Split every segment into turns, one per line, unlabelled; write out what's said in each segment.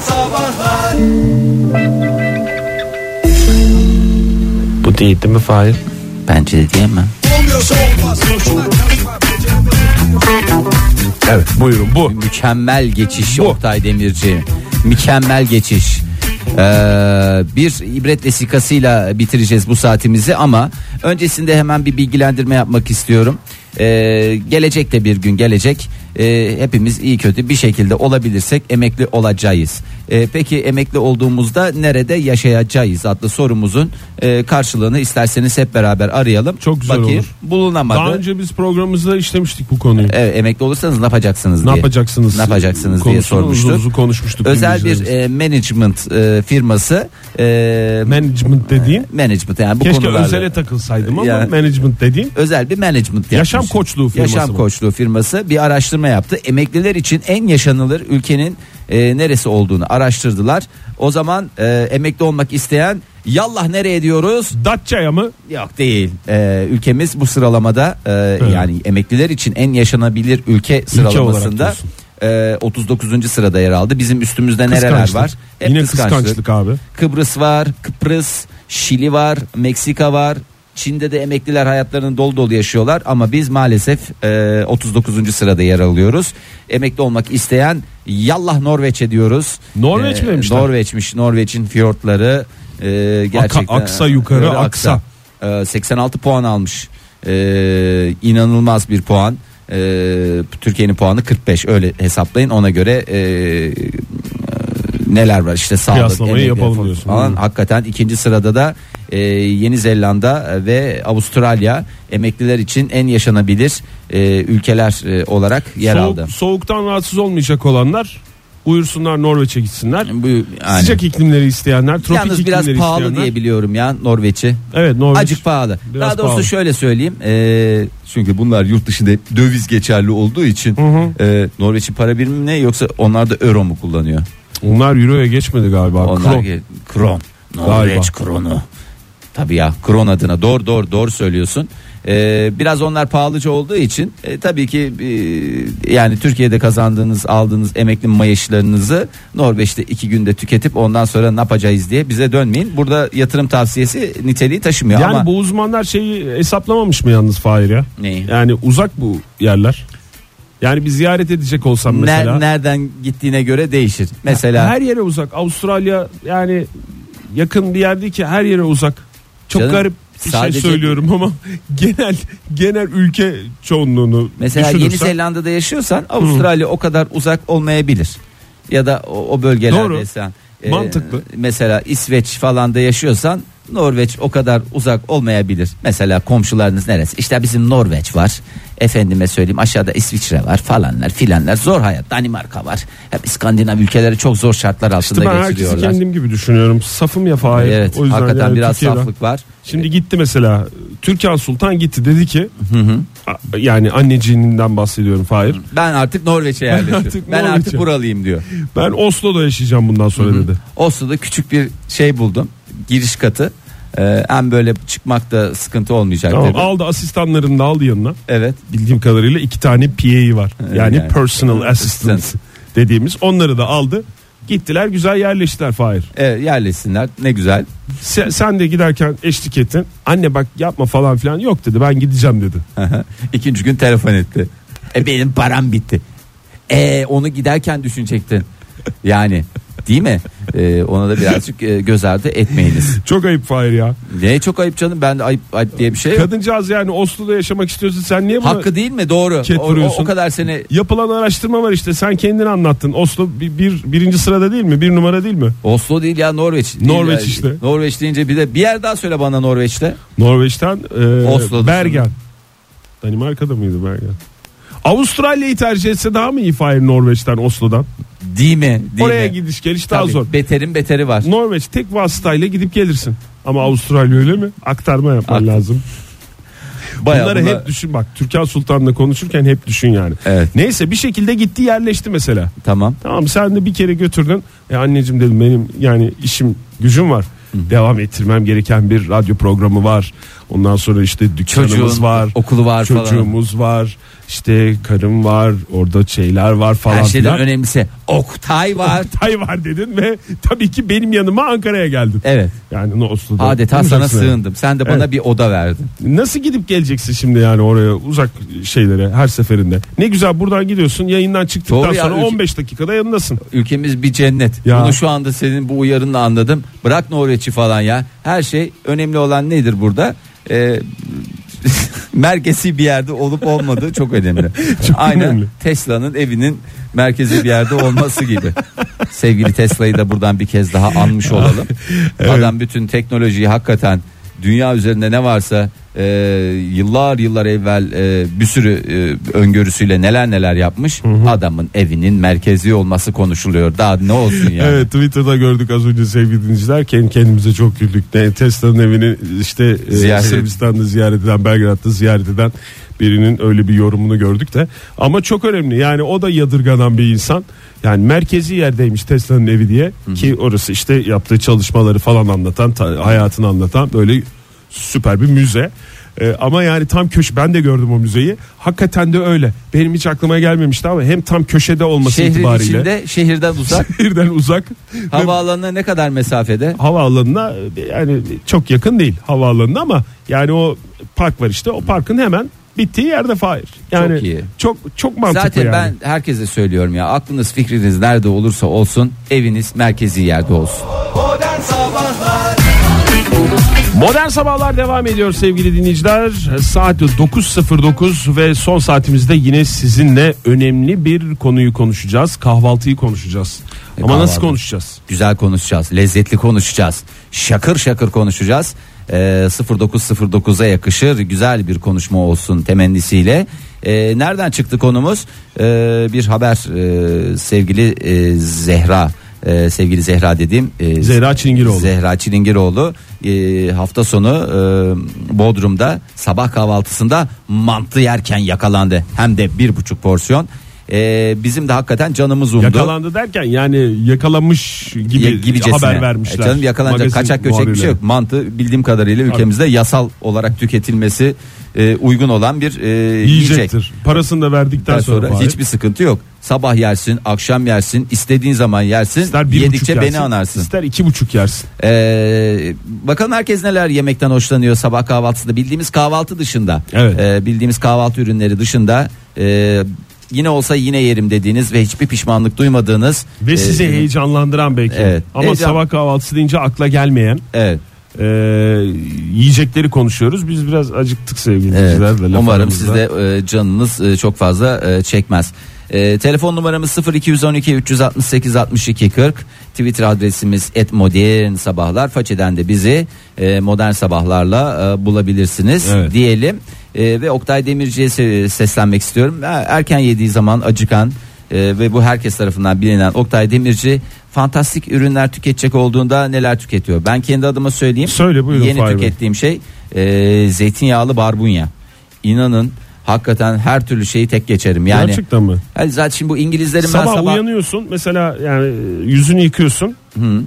sabahlar
Bu değil değil mi Fahir?
Bence de diyemem.
Olmuyorsa olmaz Boşuna karışma beceremem
Evet buyurun bu.
Mükemmel geçiş
Bu.
Oktay Demirci. Mükemmel geçiş. Ee, bir ibret vesikasıyla bitireceğiz bu saatimizi ama öncesinde hemen bir bilgilendirme yapmak istiyorum. Ee, gelecek de bir gün gelecek. Ee, hepimiz iyi kötü bir şekilde olabilirsek emekli olacağız. Ee, peki emekli olduğumuzda nerede yaşayacağız adlı sorumuzun e, karşılığını isterseniz hep beraber arayalım.
Çok güzel
Bakayım,
olur.
bulunamadı.
Daha önce biz programımızda işlemiştik bu konuyu.
Evet, emekli olursanız ne yapacaksınız
ne
diye.
yapacaksınız?
Ne yapacaksınız diye
Konusunu
sormuştuk.
Uzun uzun konuşmuştuk.
Özel bir e,
dinleyicilerimiz.
management e, firması e,
management dediğin.
management yani bu
Keşke
konularda
özele takılsaydım ama
Yani-
management dediğin.
özel bir management
Yaşam
yapmış.
koçluğu firması
Yaşam
bu.
koçluğu firması bir araştırma yaptı. Emekliler için en yaşanılır ülkenin e, neresi olduğunu araştırdılar. O zaman e, emekli olmak isteyen yallah nereye diyoruz?
Datça'ya mı?
Yok değil. Ee, ülkemiz bu sıralamada e, yani emekliler için en yaşanabilir ülke sıralamasında
diyorsun.
e, 39. sırada yer aldı. Bizim üstümüzde nereler
Kıskançlık.
var? Hep
Yine
kıskançlık.
kıskançlık abi.
Kıbrıs var, Kıbrıs, Şili var, Meksika var. Çin'de de emekliler hayatlarını dolu dolu yaşıyorlar ama biz maalesef e, 39. sırada yer alıyoruz. Emekli olmak isteyen yallah Norveç'e diyoruz. E,
Norveç mi demişler?
Norveç'miş. Norveç'in fiyortları e, gerçekten
aksa yukarı,
Yukarı
aksa.
Ee, 86 puan almış. Ee, inanılmaz bir puan. Ee, Türkiye'nin puanı 45 öyle hesaplayın ona göre e, e, neler var işte sağlık
Kıyaslamayı
emekli
yapalım
falan.
diyorsun. Hmm.
Falan.
Hı.
Hakikaten ikinci sırada da e, Yeni Zelanda e, ve Avustralya emekliler için en yaşanabilir e, ülkeler e, olarak yer
Soğuk-
aldı.
soğuktan rahatsız olmayacak olanlar uyursunlar Norveç'e gitsinler.
Bu, yani.
Sıcak iklimleri isteyenler, tropik
Yalnız biraz
iklimleri
pahalı
isteyenler.
diye biliyorum ya Norveç'i.
Evet Norveç.
Acık pahalı.
Biraz
Daha doğrusu
pahalı.
şöyle söyleyeyim. Ee, çünkü bunlar yurt dışında hep döviz geçerli olduğu için e, Norveç'in para birimi ne yoksa onlar da euro mu kullanıyor?
Onlar Euro'ya geçmedi galiba.
onlar
Kron.
ge- kron. Norveç kronu. Tabii ya kron adına doğru doğru doğru söylüyorsun. Ee, biraz onlar pahalıca olduğu için e, tabii ki e, yani Türkiye'de kazandığınız aldığınız emekli maaşlarınızı Norveç'te iki günde tüketip ondan sonra ne yapacağız diye bize dönmeyin. Burada yatırım tavsiyesi niteliği taşımıyor
Yani
E ama
bu uzmanlar şeyi hesaplamamış mı yalnız Fahir ya?
Neyi?
Yani uzak bu yerler. Yani bir ziyaret edecek olsam
Ner-
mesela.
nereden gittiğine göre değişir. Mesela
Her yere uzak. Avrupa'ya yani yakın bir yer değil ki her yere uzak. Çok
Canım,
garip bir
sadece-
şey söylüyorum ama genel genel ülke çoğunluğunu
Mesela Yeni
düşünürsen
Zelanda'da yaşıyorsan Avustralya o kadar uzak olmayabilir. Ya da o, o
Doğru.
bölgelerdeysen. e,
Mantıklı.
Mesela İsveç falan da yaşıyorsan Norveç o kadar uzak olmayabilir. Mesela komşularınız neresi? İşte bizim Norveç var. Efendime söyleyeyim aşağıda İsviçre var falanlar filanlar. Zor hayat Danimarka var. Hep İskandinav ülkeleri çok zor şartlar altında
ben herkesi
geçiriyorlar.
kendim gibi düşünüyorum. Safım ya Fahir.
Evet
O yüzden
hakikaten
yani
biraz
Türkiye'den-
saflık var.
Şimdi gitti mesela Türkan Sultan gitti dedi ki A- yani anneciğinden bahsediyorum Fahir.
Ben artık Norveç'e yerleştim.
artık
ben artık
Norveç'e.
buralıyım diyor.
Ben Oslo'da yaşayacağım bundan sonra dedi.
Oslo'da küçük bir şey buldum. Giriş katı. Ee, hem böyle çıkmakta sıkıntı olmayacak
Tamam
dedi.
aldı asistanlarını da aldı yanına.
Evet.
Bildiğim kadarıyla iki tane PA'yi var.
Evet,
Yani,
yani.
personal assistant
Assistant.
dediğimiz onları da aldı. Gittiler güzel yerleştiler Fahir.
Evet E, yerleşsinler ne güzel.
Sen, sen de giderken eşlik ettin. Anne bak yapma falan filan yok dedi ben gideceğim dedi.
İkinci gün telefon etti. E benim param bitti. E onu giderken düşünecektin. Yani değil mi? E, ona da birazcık e, göz ardı etmeyiniz.
Çok ayıp Fahir ya.
Ne çok ayıp canım ben de ayıp, ayıp diye bir şey yok.
Kadıncağız yani Oslo'da yaşamak istiyorsun sen niye bunu...
Hakkı değil mi doğru.
Ket
O, o,
vuruyorsun.
o kadar seni
Yapılan araştırma var işte sen kendin anlattın. Oslo bir, bir- birinci sırada değil mi? Bir numara değil mi?
Oslo değil ya Norveç. Değil
Norveç
ya.
işte.
Norveç deyince bir de bir yer daha söyle bana Norveç'te.
Norveç'ten e,
Oslo'da
Bergen.
sanırım.
Danimarka'da mıydı Bergen? Avustralya'yı tercih etse daha mı iyi Fahir Norveç'ten Oslo'dan?
Değil mi? Değil
Oraya
mi?
gidiş geliş daha
Tabii,
zor.
Beterin beteri var.
Norveç tek vasıtayla gidip gelirsin. Ama Avustralya öyle mi? Aktarma yapman
Ak-
lazım.
Bayağı
Bunları
buna-
hep düşün bak. Türkan Sultan'la konuşurken hep düşün yani.
Evet.
Neyse bir şekilde gitti yerleşti mesela.
Tamam.
Tamam sen de bir kere götürdün. E anneciğim dedim benim yani işim gücüm var. Devam ettirmem gereken bir radyo programı var. Ondan sonra işte dükkanımız
Çocuğun
var.
okulu var falan.
Çocuğumuz var. işte karım var orada şeyler var falan
Her şeyden
filan.
önemlisi Oktay var.
Tay var dedin ve tabii ki benim yanıma Ankara'ya geldin.
Evet.
Yani ne Oslo'da.
Adeta sana
olacaksın yani.
sığındım. Sen de bana
Evet.
bir oda verdin.
Nasıl gidip geleceksin şimdi yani oraya uzak şeylere her seferinde? Ne güzel buradan gidiyorsun yayından çıktıktan
Doğru ya,
sonra
ülke-
15 dakikada yanındasın.
Ülkemiz bir cennet.
Ya.
Bunu şu anda senin bu uyarınla anladım. Bırak Norveç'i falan ya. Her şey önemli olan nedir burada? Ee, merkezi bir yerde olup olmadığı çok önemli. Aynen
önemli.
Tesla'nın evinin merkezi bir yerde olması gibi. Sevgili Tesla'yı da buradan bir kez daha anmış olalım. Adam bütün teknolojiyi hakikaten dünya üzerinde ne varsa e, yıllar yıllar evvel e, bir sürü e, öngörüsüyle neler neler yapmış. Adamın evinin merkezi olması konuşuluyor. Daha ne olsun yani.
Evet Twitter'da gördük az önce sevgili dinleyiciler kendi kendimize çok güldük. Ne, Tesla'nın evini işte e,
Ziyaret-
Sırbistan'da ziyaret eden Belgrad'da ziyaret eden birinin öyle bir yorumunu gördük de. Ama çok önemli yani o da yadırganan bir insan. Yani merkezi yerdeymiş Tesla'nın evi diye ki orası işte yaptığı çalışmaları falan anlatan ta- hayatını anlatan böyle süper bir müze. E, ama yani tam köşe ben de gördüm o müzeyi. Hakikaten de öyle. Benim hiç aklıma gelmemişti ama hem tam köşede olması
Şehrin
itibariyle.
içinde şehirden uzak
Şehirden uzak. ve
havaalanına ne kadar mesafede?
havaalanına yani çok yakın değil havaalanına ama yani o park var işte o parkın hemen bittiği yerde Fahir. Yani
Çok iyi.
Çok çok mantıklı
Zaten
yani.
ben herkese söylüyorum ya aklınız fikriniz nerede olursa olsun eviniz merkezi yerde olsun.
Modern Sabahlar
Modern sabahlar devam ediyor sevgili dinleyiciler. Saat 9.09 ve son saatimizde yine sizinle önemli bir konuyu konuşacağız. Kahvaltıyı konuşacağız.
E,
ama
kahvaltı.
nasıl konuşacağız?
Güzel konuşacağız, lezzetli konuşacağız, şakır şakır konuşacağız. Ee, 0909'a yakışır güzel bir konuşma olsun temennisiyle. Ee, nereden çıktı konumuz? Ee, bir haber ee, sevgili ee, Zehra. ee, sevgili Zehra dediğim ee,
Zehra Çilingiroğlu.
Zehra Çilingiroğlu e, hafta sonu e, Bodrum'da sabah kahvaltısında mantı yerken yakalandı. Hem de bir buçuk porsiyon. E, bizim de hakikaten canımız umdu.
Yakalandı derken yani yakalanmış gibi
Ya- gibicesine.
haber vermişler.
E, canım yakalanacak
Magazin
kaçak göçek bir şey
muhabirleri.
yok. Mantı bildiğim kadarıyla ülkemizde yasal olarak tüketilmesi e, uygun olan bir e, yiyecek.
Yiyecektir. Parasını da verdikten
Daha
sonra,
sonra
Fahir.
hiçbir sıkıntı yok. Sabah yersin, akşam yersin, istediğin zaman yersin.
İster bir buçuk
yedikçe
yersin,
beni anarsın.
ister iki buçuk yersin.
Ee, bakalım herkes neler yemekten hoşlanıyor sabah kahvaltısında bildiğimiz kahvaltı dışında
Evet.
Ee, bildiğimiz kahvaltı ürünleri dışında ee, yine olsa yine yerim dediğiniz ve hiçbir pişmanlık duymadığınız
Ve
ee,
sizi heyecanlandıran belki.
Evet.
Ama
Heyecan-
sabah kahvaltısı deyince akla gelmeyen
evet,
e, yiyecekleri konuşuyoruz. Biz biraz acıktık sevgili
evet.
dinleyiciler. de laf
umarım
aramızda.
sizde ee, canınız ee, çok fazla ee, çekmez Ee, telefon numaramız 0212 368 62 40 Twitter adresimiz @modernsabahlar. sabahlar façeden de bizi ee, modern sabahlarla ee, bulabilirsiniz
Evet.
diyelim Ee, ve Oktay Demirci'ye se- seslenmek istiyorum. E, Erken yediği zaman acıkan e, ve bu herkes tarafından bilinen Oktay Demirci fantastik ürünler tüketecek olduğunda neler tüketiyor? Ben kendi adıma söyleyeyim.
Söyle, buyurun
Yeni
Fahir Bey.
tükettiğim şey e, zeytinyağlı barbunya. İnanın hakikaten her türlü şeyi tek geçerim. Yani
Gerçekten mi?
Yani zaten şimdi bu İngilizlerin
Sabah,
ben sabah
uyanıyorsun mesela yani e, yüzünü yıkıyorsun.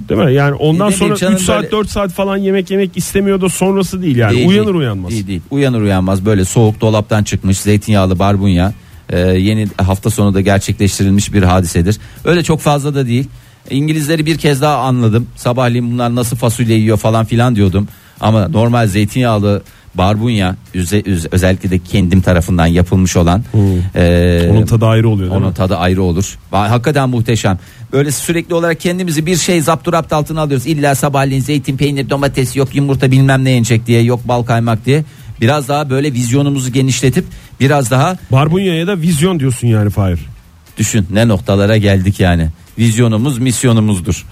Değil mi? Yani ondan
E, Ne bileyim
sonra 3
canım,
saat
böyle-
4 saat falan yemek yemek istemiyor da sonrası değil yani.
Değil,
uyanır
değil.
uyanmaz.
Değil, değil. Uyanır uyanmaz böyle soğuk dolaptan çıkmış zeytinyağlı barbunya e, yeni hafta sonu da gerçekleştirilmiş bir hadisedir. Öyle çok fazla da değil. İngilizleri bir kez daha anladım. Sabahleyin bunlar nasıl fasulye yiyor falan filan diyordum. Ama normal zeytinyağlı barbunya üze- üz- özellikle de kendim tarafından yapılmış olan e,
Hmm. Onun tadı ayrı oluyor. değil
onun
mi?
tadı ayrı olur. Va- Hakikaten muhteşem. Böyle sürekli olarak kendimizi bir şey zapturapt altına alıyoruz. İlla sabahleyin zeytin, peynir, domates yok yumurta bilmem ne yenecek diye yok bal kaymak diye. Biraz daha böyle vizyonumuzu genişletip biraz daha
Barbunya'ya da vizyon diyorsun yani Fahir.
düşün ne noktalara geldik yani. Vizyonumuz misyonumuzdur.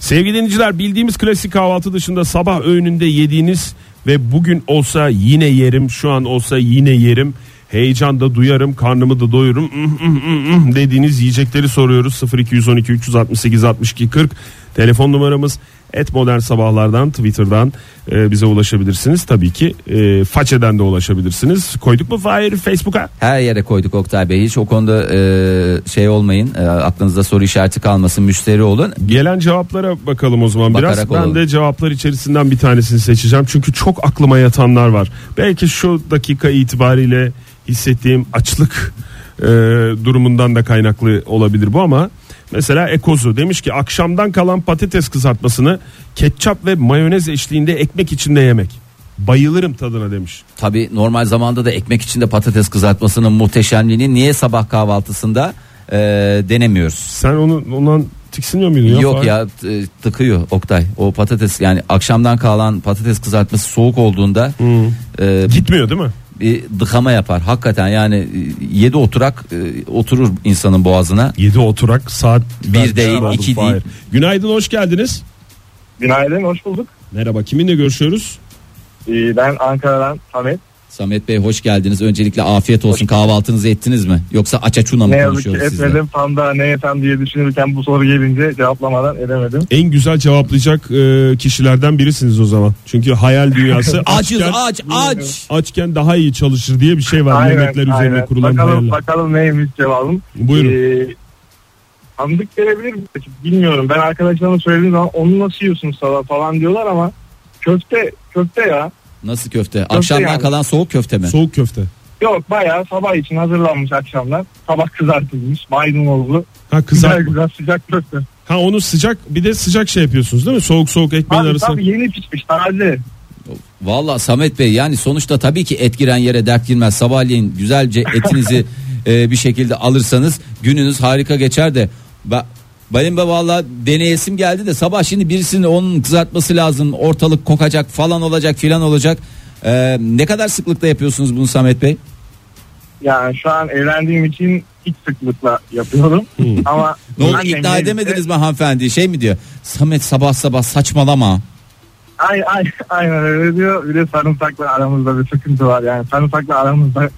Sevgili dinleyiciler bildiğimiz klasik kahvaltı dışında sabah öğününde yediğiniz ve bugün olsa yine yerim şu an olsa yine yerim heyecan da duyarım karnımı da doyururum mm, mm, mm, mm dediğiniz yiyecekleri soruyoruz 0212 368 62 40 Telefon numaramız et modern sabahlardan Twitter'dan e, bize ulaşabilirsiniz. Tabii ki e, façeden de ulaşabilirsiniz. Koyduk mu Fahir Facebook'a?
Her yere koyduk Oktay Bey. Hiç o konuda e, şey olmayın. E, aklınızda soru işareti kalmasın. Müşteri olun.
Gelen cevaplara bakalım o zaman biraz.
Bakarak
Ben
olalım.
de cevaplar içerisinden bir tanesini seçeceğim. Çünkü çok aklıma yatanlar var. Belki şu dakika itibariyle hissettiğim açlık e, durumundan da kaynaklı olabilir bu ama mesela Ekozu demiş ki akşamdan kalan patates kızartmasını ketçap ve mayonez eşliğinde ekmek içinde yemek. Bayılırım tadına demiş.
Tabi normal zamanda da ekmek içinde patates kızartmasının muhteşemliğini niye sabah kahvaltısında e, denemiyoruz?
Sen onu ondan tiksinmiyor muydun? ya?
Yok
Fahir?
ya t- tıkıyor Oktay. O patates yani akşamdan kalan patates kızartması soğuk olduğunda e,
Gitmiyor değil mi?
bir dıkama yapar. Hakikaten yani e, yedi oturak e, oturur insanın boğazına.
7 oturak saat
Bir değil,
Oldu
iki
Fahir.
değil.
Günaydın hoş geldiniz.
Günaydın, hoş bulduk.
Merhaba kiminle görüşüyoruz?
Ee, Ben Ankara'dan Samet.
Samet Bey hoş geldiniz. Öncelikle afiyet olsun. Kahvaltınızı ettiniz mi? Yoksa açaçuna
Ne
mı
yazık ki
konuşuyoruz sizle?
etmedim. Tam da ne yesem diye düşünürken bu soru gelince cevaplamadan edemedim.
En güzel cevaplayacak e, kişilerden birisiniz o zaman. Çünkü hayal dünyası
Açız
açken,
aç aç.
açken daha iyi çalışır diye bir şey var yemekler üzerine kurulan
bakalım,
hayaller.
Bakalım neymiş cevabım.
Buyurun.
Ee, sandık gelebilir mi? Bilmiyorum. Ben arkadaşlarıma söylediğim zaman onu nasıl yiyorsunuz sabah falan diyorlar ama köfte köfte ya.
Nasıl köfte? Akşamdan
yani.
kalan soğuk köfte mi?
Soğuk köfte.
Yok bayağı sabah için hazırlanmış akşamlar. Sabah kızartılmış, maydanozlu.
Ha
Güzel
kızartma.
güzel sıcak köfte.
Ha onu sıcak bir de sıcak şey yapıyorsunuz değil mi? Soğuk soğuk ekmeğin
Tabii,
arasına.
tabii yeni pişmiş taze.
Valla Samet Bey yani sonuçta tabii ki et giren yere dert girmez. Sabahleyin güzelce etinizi e, bir şekilde alırsanız gününüz harika geçer de. Ba benim de valla deneyesim geldi de sabah şimdi birisinin onun kızartması lazım. Ortalık kokacak falan olacak filan olacak. E, ne kadar sıklıkla yapıyorsunuz bunu Samet Bey?
Yani şu an evlendiğim için hiç sıklıkla yapıyorum. Ama
Ne oldu
annemle
ikna
birlikte-
edemediniz mi hanımefendi? Şey mi diyor? Samet sabah sabah saçmalama.
Ay, ay, aynen öyle diyor. Bir de sarımsakla aramızda bir sıkıntı var. Yani sarımsakla aramızda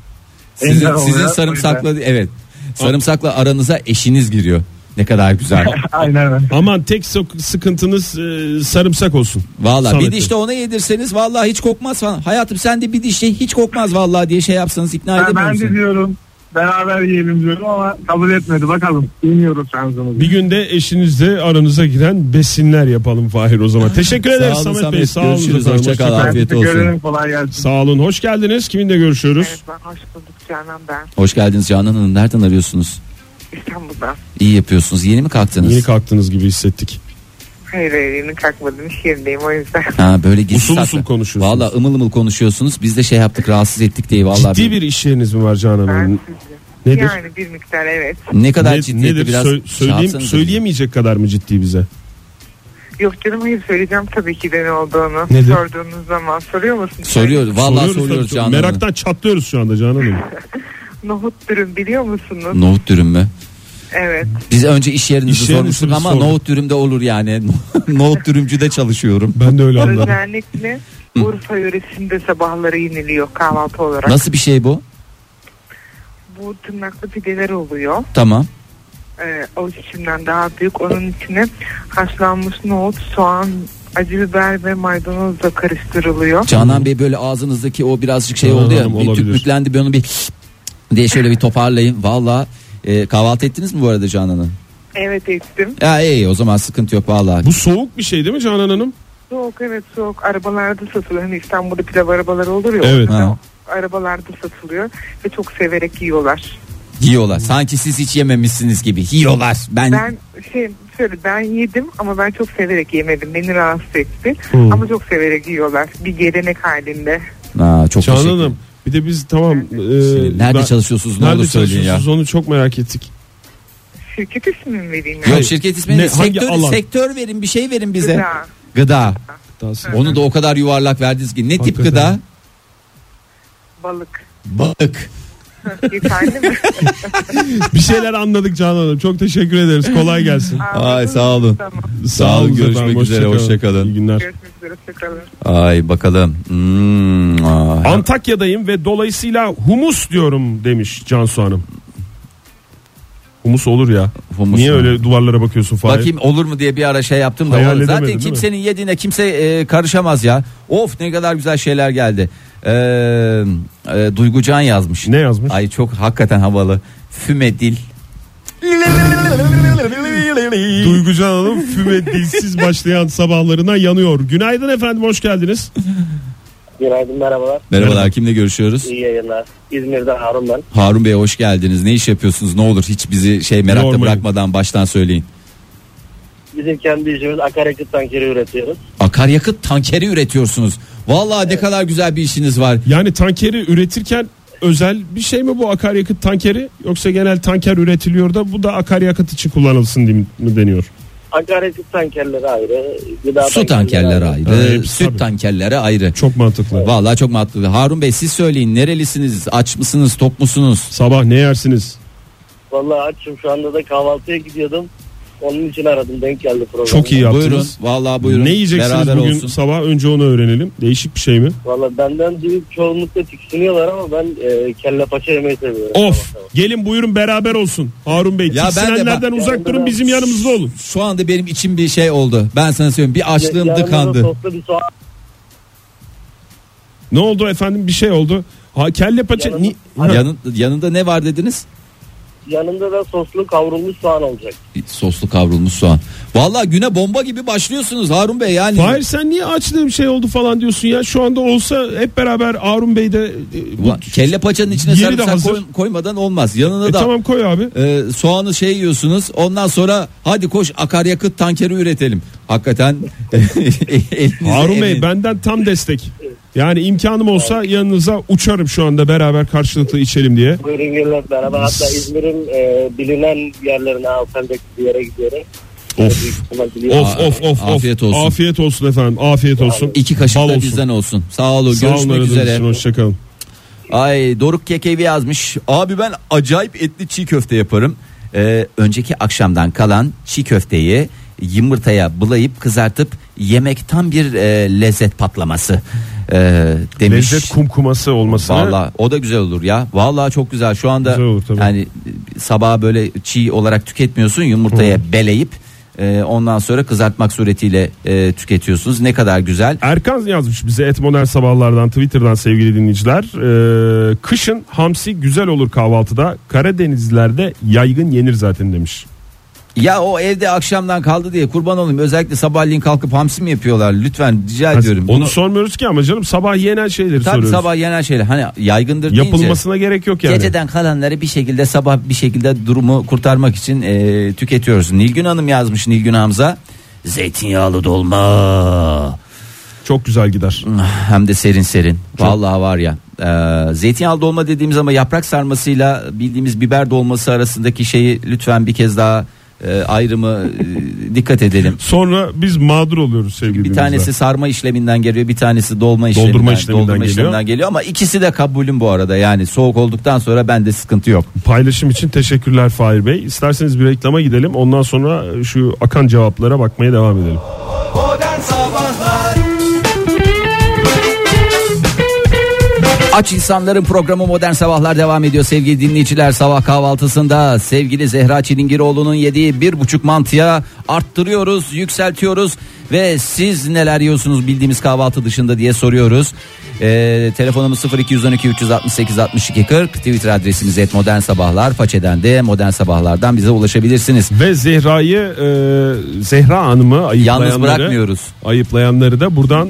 Sizin,
engel oluyor.
sizin
O yüzden-
sarımsakla evet. Sarımsakla aranıza eşiniz giriyor. Ne kadar güzel.
Aynen öyle.
Aman tek sok- sıkıntınız e, sarımsak olsun.
Valla
Samet
bir
Bey.
dişte ona yedirseniz vallahi hiç kokmaz falan. Hayatım sen de bir dişte hiç kokmaz vallahi diye şey yapsanız ikna
Ben,
edemiyor
ben de
musun?
diyorum beraber yiyelim diyorum ama kabul etmedi. Bakalım bilmiyoruz şansımızı.
Bir günde eşinizle aranıza giren besinler yapalım Fahir o zaman. Teşekkür
Sağ
ederiz
olun
Samet, Bey.
Samet.
Sağ olun.
Görüşürüz.
efendim.
Hoşça kalın.
Hoşça kalın.
Afiyet
Teşekkür
olsun.
ederim, Kolay gelsin.
Sağ olun. Hoş geldiniz. Kiminle görüşüyoruz?
Merhaba, hoş bulduk Canan ben.
Hoş geldiniz Canan Hanım. Nereden arıyorsunuz?
İstanbul'dan.
İyi yapıyorsunuz. Yeni mi kalktınız?
Yeni kalktınız gibi hissettik.
Hayır hayır yeni kalkmadım iş yerindeyim o yüzden.
ha böyle gizli
Usul
saklı.
usul konuşuyorsunuz.
Valla ımıl ımıl konuşuyorsunuz. Biz de şey yaptık rahatsız ettik diye vallahi.
Ciddi bir iş yeriniz mi var Canan
Ben
Hanım?
sizce.
Nedir?
Yani bir miktar evet.
Ne kadar
Ne-
ciddi
nedir?
biraz şey
Sö- söyleyeyim,
Şahsınız-
söyleyemeyecek kadar mı ciddi bize?
Yok canım hayır söyleyeceğim tabii ki de ne olduğunu.
Nedir?
Sorduğunuz zaman soruyor musunuz?
Soruyor. Vallahi
tabii
soruyoruz
ki.
Canan Hanım.
Meraktan çatlıyoruz şu anda Canan Hanım.
Nohut dürüm biliyor musunuz?
Nohut dürüm mü?
Evet.
Biz önce iş yerinizi
İş yerinizi
sormuştuk ama
sorduk.
nohut dürümde olur yani. nohut dürümcüde çalışıyorum.
Ben de öyle anladım.
Özellikle Urfa yöresinde sabahları yeniliyor kahvaltı olarak.
Nasıl bir şey bu?
Bu tırnaklı pideler oluyor.
Tamam.
Ee, avuç içinden daha büyük. Onun içine haşlanmış nohut, soğan, acı biber ve maydanozla karıştırılıyor.
Canan Bey böyle ağzınızdaki o birazcık şey
Canan
oldu ya.
Hanım
bir
olabilir.
tüplüklendi bir onu bir diye şöyle bir toparlayın. Valla e, kahvaltı ettiniz mi bu arada Canan Hanım?
Evet ettim.
Ya iyi o zaman sıkıntı yok valla.
Bu soğuk bir şey değil mi Canan Hanım?
Soğuk evet soğuk arabalarda satılıyor. Hani İstanbul'da pilav arabaları olur ya.
Evet.
orada
Ha.
Arabalarda satılıyor ve çok severek yiyorlar.
Yiyorlar. Sanki siz hiç yememişsiniz gibi. Yiyorlar. Ben,
Ben şey şöyle ben yedim ama ben çok severek yemedim. Beni rahatsız etti.
Hmm.
Ama çok severek yiyorlar. Bir gelenek halinde.
Aa, çok
Canan
teşekkür ederim.
Hanım bir de biz tamam. e,
Şimdi nerede
ben-
çalışıyorsunuz ne
Nerede
olur söyleyin ya.
çalışıyorsunuz onu çok merak ettik.
Şirket ismi mi vereyim?
Yok şirket ismi
Ne,
değil.
hangi
sektör,
alan?
sektör verin bir şey verin bize.
Gıda.
Gıda.
Daha sonra-
Onu da o kadar yuvarlak verdiniz ki. Ne tip
Hakikaten.
gıda?
Balık.
Balık.
Yeterli mi?
bir şeyler anladık Canan Hanım. Çok teşekkür ederiz. Kolay gelsin.
Ay sağ olun.
Tamam.
Sağ olun
görüşmek
efendim.
üzere,
Hoşça
hoşça kalın.
İyi günler.
Görüşmek üzere. Hoşçakalın.
Ay bakalım. Hmm, ay.
Antakya'dayım ve dolayısıyla humus diyorum demiş Cansu Hanım. Humus olur ya.
Humus
Niye
mu?
öyle duvarlara bakıyorsun Fahir?
Bakayım olur mu diye bir ara şey yaptım da
Hayal
olmadı.
edemedin,
zaten
değil mi?
kimsenin yediğine kimse e, karışamaz ya. Of ne kadar güzel şeyler geldi. Ee, e, Duygucan yazmış.
Ne yazmış?
Ay çok hakikaten havalı. Füme dil.
Duygucan Hanım füme dilsiz başlayan sabahlarına yanıyor. Günaydın efendim hoş geldiniz.
Günaydın merhabalar.
Merhabalar kimle görüşüyoruz?
İyi yayınlar. İzmir'den Harun ben.
Harun Bey hoş geldiniz. Ne iş yapıyorsunuz? Ne olur hiç bizi şey merakta
Yormayın.
bırakmadan baştan söyleyin.
Bizim kendi işimiz akaryakıt tankeri üretiyoruz.
Akaryakıt tankeri üretiyorsunuz. Vallahi ne kadar güzel bir işiniz var.
Yani tankeri üretirken özel bir şey mi bu akaryakıt tankeri yoksa genel tanker üretiliyor da bu da akaryakıt için kullanılsın diye mi deniyor?
Akaryakıt tankerleri ayrı. Gıda
Su tankerleri ayrı,
Ha, hepsi
süt
tabii.
tankerleri ayrı.
Çok mantıklı.
Vallahi çok mantıklı. Harun Bey siz söyleyin nerelisiniz? Aç mısınız? Tok musunuz?
Sabah ne yersiniz?
Vallahi açım şu anda da kahvaltıya gidiyordum. Onun için aradım denk geldi program.
Çok iyi yaptınız.
Buyurun. Vallahi buyurun.
Ne yiyeceksiniz
Beraber
bugün
olsun.
sabah önce onu öğrenelim. Değişik bir şey mi?
Valla benden büyük çoğunlukla tiksiniyorlar ama ben e, kelle paça yemeyi seviyorum.
Of gelin buyurun beraber olsun Harun Bey.
Ya ben de
Tiksinenlerden
bak-
uzak durun bizim yanımızda olun.
Şu anda benim içim bir şey oldu. Ben sana söyleyeyim bir açlığım
Yanında
tıkandı.
soslu bir soğan,
Ne oldu efendim bir şey oldu. Ha, kelle paça
Yanında-
ni-
Yanın, yanında ne var dediniz?
yanında da soslu kavrulmuş soğan olacak.
Soslu kavrulmuş soğan. Vallahi güne bomba gibi başlıyorsunuz Harun Bey yani.
Fahir sen niye açlığım şey oldu falan diyorsun ya. Şu anda olsa hep beraber Harun Bey de... e, bu-
Va- Kelle paçanın içine
Yeri de
sarımsak
hazır.
koy- koymadan olmaz. Yanına
E
da
tamam koy abi.
e, soğanı şey yiyorsunuz. Ondan sonra hadi koş akaryakıt tankeri üretelim. Hakikaten elinize
Harun Bey
emin.
benden tam destek. Yani imkanım olsa yanınıza uçarım şu anda beraber karşılıklı içelim diye.
Buyurun gelin beraber hatta İzmir'in e, bilinen yerlerine Alsancak bir yere gidiyorum.
Of. Of of of of.
Afiyet olsun.
Afiyet olsun efendim. Afiyet olsun.
İki kaşık
Bal
da
olsun.
bizden olsun. Sağ olun.
Sağ olun
Görüşmek
aradığınız
üzere.
için hoşçakalın.
Ay Doruk Kekevi yazmış. Abi ben acayip etli çiğ köfte yaparım. Ee, önceki akşamdan kalan çiğ köfteyi yumurtaya bulayıp kızartıp yemek tam bir e, lezzet patlaması e, demiş.
Lezzet kumkuması olmasına.
Valla o da güzel olur ya. Valla çok güzel. Şu anda
Güzel olur tabii.
yani e, sabaha böyle çiğ olarak tüketmiyorsun. Yumurtaya beleyip e, ondan sonra kızartmak suretiyle e, tüketiyorsunuz. Ne kadar güzel.
Erkan yazmış bize et modern sabahlardan Twitter'dan sevgili dinleyiciler. Ee, kışın hamsi güzel olur kahvaltıda. Karadenizlilerde yaygın yenir zaten demiş.
Ya o evde akşamdan kaldı diye kurban olayım. Özellikle sabahleyin kalkıp hamsi mi yapıyorlar? Lütfen rica ediyorum.
Onu
Bunu-
sormuyoruz ki ama canım sabah yenen şeyleri
tabii
soruyoruz.
sabah yenen şeyler hani yaygındır deyince.
Yapılmasına gerek yok yani.
Geceden kalanları bir şekilde sabah bir şekilde durumu kurtarmak için e, tüketiyoruz. Nilgün Hanım yazmış Nilgün Hamza. Zeytinyağlı dolma.
Çok güzel gider.
Hem de serin serin. Vallahi var ya. E, zeytinyağlı dolma dediğimiz ama yaprak sarmasıyla bildiğimiz biber dolması arasındaki şeyi lütfen bir kez daha e, ayrımı e, dikkat edelim.
Sonra biz mağdur oluyoruz sevgili
Bir
dinleyiciler.
tanesi sarma işleminden geliyor, bir tanesi dolma işleminden,
Doldurma işleminden
doldurma
geliyor.
işleminden geliyor ama ikisi de kabulüm bu arada. Yani soğuk olduktan sonra bende sıkıntı yok.
Paylaşım için teşekkürler Fahir Bey. İsterseniz bir reklama gidelim. Ondan sonra şu akan cevaplara bakmaya devam edelim.
Modern Sabahlar
Aç insanların programı Modern Sabahlar devam ediyor sevgili dinleyiciler. Sabah kahvaltısında sevgili Zehra Çilingiroğlu'nun yediği bir buçuk mantıya arttırıyoruz, yükseltiyoruz ve siz neler yiyorsunuz bildiğimiz kahvaltı dışında diye soruyoruz. Ee, telefonumuz 0212 368 62 40 Twitter adresimiz et modern sabahlar façeden de modern sabahlardan bize ulaşabilirsiniz.
Ve Zehra'yı e, Zehra Hanım'ı ayıplayanları,
Yalnız bırakmıyoruz
ayıplayanları da buradan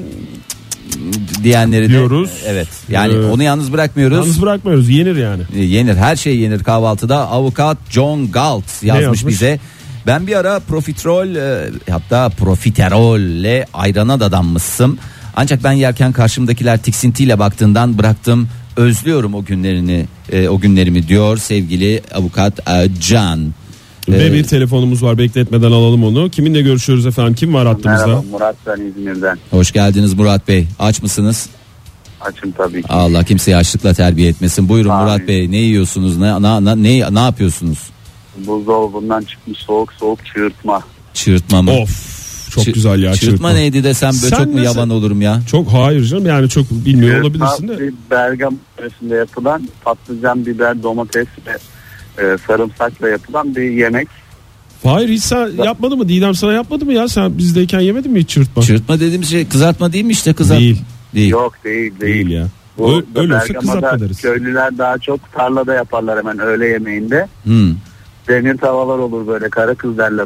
diyenleri de-
Diyoruz.
Evet. Yani
Ee,
onu yalnız bırakmıyoruz.
yalnız bırakmıyoruz. Yenir yani.
E, yenir. Her şey yenir kahvaltıda. Avukat John Galt yazmış,
yazmış?
bize. Ben bir ara profiterol e, hatta profiterolle ayrana dadanmışsın. Ancak ben yerken karşımdakiler tiksintiyle baktığından bıraktım. Özlüyorum o günlerini, e, o günlerimi diyor sevgili avukat e, Can.
Ve
Ee,
bir telefonumuz var bekletmeden alalım onu. Kiminle görüşüyoruz efendim? Kim var hattımızda?
Merhaba Murat ben İzmir'den.
Hoş geldiniz Murat Bey. Aç mısınız?
Açım tabii ki.
Allah kimseyi açlıkla terbiye etmesin. Buyurun
Amin.
Murat Bey. Ne yiyorsunuz? Ne na- na- ne ne yapıyorsunuz?
Buzdolabından çıkmış soğuk soğuk çığırtma.
Çığırtma mı?
Of çok
Çı-
güzel ya.
Çığırtma,
çığırtma.
neydi desem böyle
Sen
çok mu
nasıl-
yavan olurum ya?
Çok hayır canım yani çok bilmiyor
Çığırtma
olabilirsin de.
bir Bergama yöresinde yapılan patlıcan, biber, domates ve
e, sarımsakla yapılan bir yemek.
Hayır hiç sen yapmadı mı? Didem sana yapmadı mı ya? Sen bizdeyken yemedin mi hiç çırtma?
Çırpma dediğimiz şey kızartma değil mi işte kızartma?
Değil.
Değil.
Yok değil değil.
Değil ya.
Bu
Ö- Öyle olsa kızartma
Bergama'da
deriz.
köylüler daha çok tarlada yaparlar hemen öğle yemeğinde.
Hmm.
Demir tavalar olur böyle kara kız derler.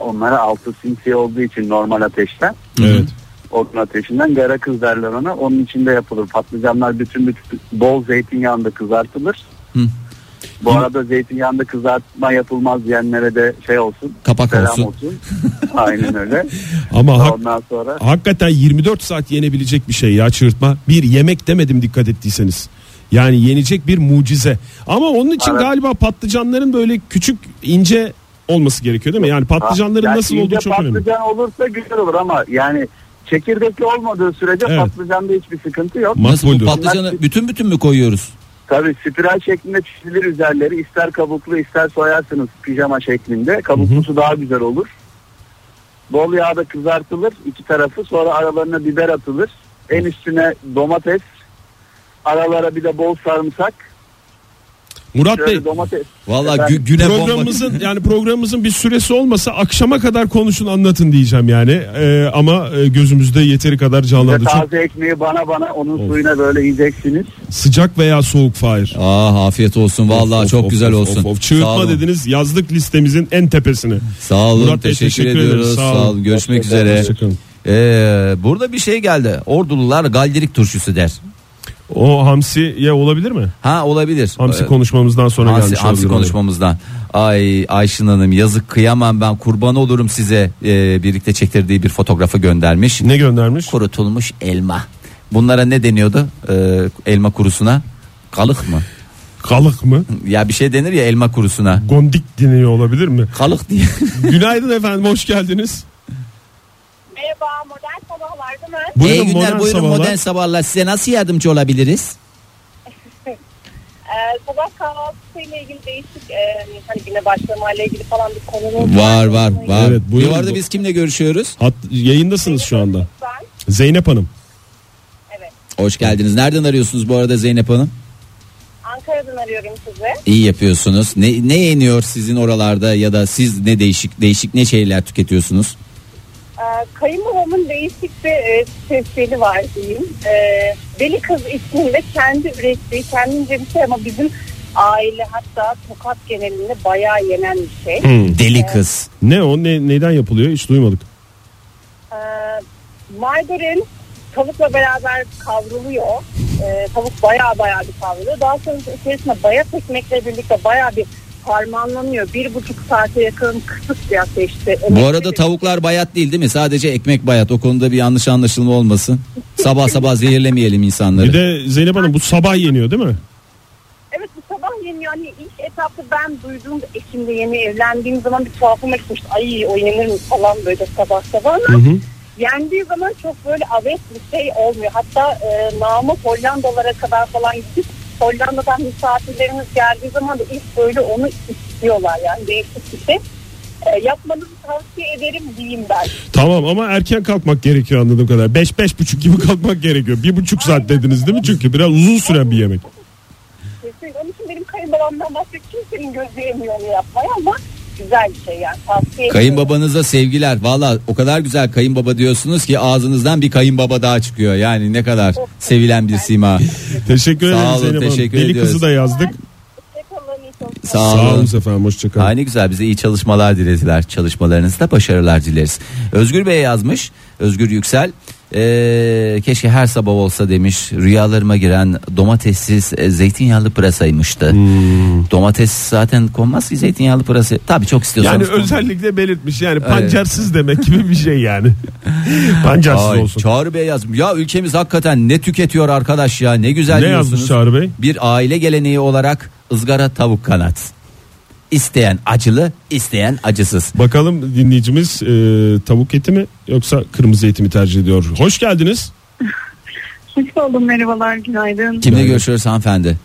Onlara altı sinsi olduğu için normal ateşten.
Evet.
Odun ateşinden kara kız derler ona. Onun içinde yapılır. Patlıcanlar bütün bütün bol zeytinyağında kızartılır.
Hı.
Bu arada zeytinyağında kızartma yapılmaz diyenlere de şey olsun.
Kapak
selam
olsun.
Aynen öyle.
Ama hak,
Ondan sonra
hakikaten 24 saat yenebilecek bir şey ya çırtma. Bir yemek demedim dikkat ettiyseniz. Yani yenecek bir mucize. Ama onun için
Evet.
galiba patlıcanların böyle küçük ince olması gerekiyor değil mi? Yani patlıcanların
Yani
nasıl
ince
olduğu çok
patlıcan
önemli.
olursa güzel olur ama yani çekirdekli olmadığı sürece
Evet.
patlıcanda hiçbir sıkıntı yok.
Ma-
Nasıl bu
Makbuldür.
patlıcanı bütün bütün mü koyuyoruz?
Tabii spiral şeklinde çizilir üzerleri. ister kabuklu ister soyarsınız pijama şeklinde. Kabuklusu daha güzel olur. Bol yağda kızartılır iki tarafı. Sonra aralarına biber atılır. En üstüne domates. Aralara bir de bol sarımsak.
Murat Bey
Şöyle domates.
Vallahi
Efendim?
gü- güne bomba.
programımızın yani programımızın bir süresi olmasa akşama kadar konuşun anlatın diyeceğim yani. Ee, ama e, gözümüzde yeteri kadar
Ve
canlandı. Çok
taze ekmeği bana bana onun
Of.
suyuna böyle yiyeceksiniz.
sıcak veya soğuk fahir.
Ah afiyet olsun vallahi
Of,
çok
of,
güzel
of,
olsun.
of, of.
Sağ
Çığırtma
olun.
dediniz yazdık listemizin en tepesine.
Sağ olun
Murat Bey,
teşekkür,
teşekkür
ediyoruz.
ederiz.
Sağ,
Sağ
olun.
olun.
Görüşmek üzere.
Hoşçakalın.
Ee, burada bir şey geldi. Ordulular galdirik turşusu der.
O hamsiye olabilir mi?
Ha olabilir.
Hamsi
Ee,
konuşmamızdan sonra
Hamsi,
gelmiş
hamsi
olabilir.
konuşmamızdan. Ay Ayşin Hanım yazık kıyamam ben kurban olurum size ee, birlikte çektirdiği bir fotoğrafı göndermiş.
Ne göndermiş?
Kurutulmuş elma. Bunlara ne deniyordu Ee, elma kurusuna? Kalık mı?
Kalık mı?
Ya bir şey denir ya elma kurusuna.
Gondik deniyor olabilir mi?
Kalık diye.
Günaydın efendim hoş geldiniz.
Merhaba, modern sabahlar değil mi?
Buyurun
İyi günler,
modern
buyurun
sabahlar.
modern sabahlar. Size nasıl yardımcı olabiliriz?
Ee, sabah kahvaltısıyla ilgili değişik, e, hani güne başlamayla ilgili falan bir konumuz
Var var
Onunla
var.
Evet, buyurun.
Bu arada biz kimle görüşüyoruz?
Hat, yayındasınız
ilgili
şu anda.
Ben,
Zeynep Hanım.
evet,
Hoş geldiniz. Nereden arıyorsunuz bu arada Zeynep Hanım?
Ankara'dan arıyorum sizi.
İyi yapıyorsunuz. Ne ne yeniyor sizin oralarda ya da siz ne değişik değişik ne şeyler tüketiyorsunuz?
Ee, kayınbabamın değişik bir e, tespiti var diyeyim. Ee, Deli Kız isminde kendi ürettiği, kendince bir şey ama bizim aile hatta Tokat genelinde bayağı yenen bir şey.
Deli kız.
Hmm. Ne o ne, neyden yapılıyor hiç duymadık.
Ee, margarin tavukla beraber kavruluyor. Ee, tavuk baya baya bir kavruluyor. Daha sonra içerisinde bayat ekmekle birlikte baya bir harmanlanıyor. Bir buçuk saate yakın kısık bir ateşte.
Bu arada tavuklar bayat değil değil mi? Sadece ekmek bayat. O konuda bir yanlış anlaşılma olmasın. Sabah sabah zehirlemeyelim
Bir
insanları.
de Zeynep Hanım bu sabah yeniyor değil mi?
Evet bu sabah yeni yani ilk etapta ben duyduğum eşimde yeni evlendiğim zaman bir tuhafıma gitmişti. Ay o yenir mi falan böyle sabah sabah ama yendiği zaman çok böyle avet bir şey olmuyor. Hatta e, namı Hollandalara kadar falan gittik. Hollanda'dan misafirlerimiz geldiği zaman da ilk böyle onu istiyorlar yani değişik bir şey. E, yapmanızı tavsiye ederim diyeyim ben.
Tamam ama erken kalkmak gerekiyor anladığım kadar. 5 beş, buçuk gibi kalkmak gerekiyor. Bir buçuk saat dediniz değil mi? Çünkü biraz uzun süren bir yemek.
Kesin. Onun için benim kayınbabamdan başka kimsenin gözü yemiyor onu yapmaya ama güzel bir şey yani tavsiye ederim.
Kayınbabanıza sevgiler. Valla o kadar güzel kayınbaba diyorsunuz ki ağzınızdan bir kayınbaba daha çıkıyor. Yani ne kadar sevilen bir sima.
Teşekkür
Sağ
ederim
olun,
Zeynep Hanım.
teşekkür
Deli
ediyoruz.
kızı da yazdık.
Hoşçakalın, iyi çalışmalar.
Sağ
Sağ
olun.
olun efendim hoşçakalın.
Aynı güzel bize iyi çalışmalar dilediler. Çalışmalarınızda başarılar dileriz. Özgür Bey yazmış. Özgür Yüksel. Ee, keşke her sabah olsa demiş. Rüyalarıma giren domatessiz e, zeytinyağlı pırasaymıştı.
Hmm.
Domates zaten konmaz ki zeytinyağlı pırasa. Tabii çok
Yani
istiyorsanız. kon-
özellikle belirtmiş yani pancarsız demek gibi bir şey yani. pancarsız
Ay,
olsun.
Çağrı Bey yazmış. Ya ülkemiz hakikaten ne tüketiyor arkadaş ya. Ne güzel
Ne
diyorsunuz.
yazmış Çağrı Bey?
Bir aile geleneği olarak ızgara tavuk kanat. İsteyen acılı, isteyen acısız.
Bakalım dinleyicimiz e, tavuk eti mi yoksa kırmızı eti mi tercih ediyor? Hoş geldiniz.
Hoş buldum merhabalar günaydın.
Kimle görüşüyoruz hanımefendi?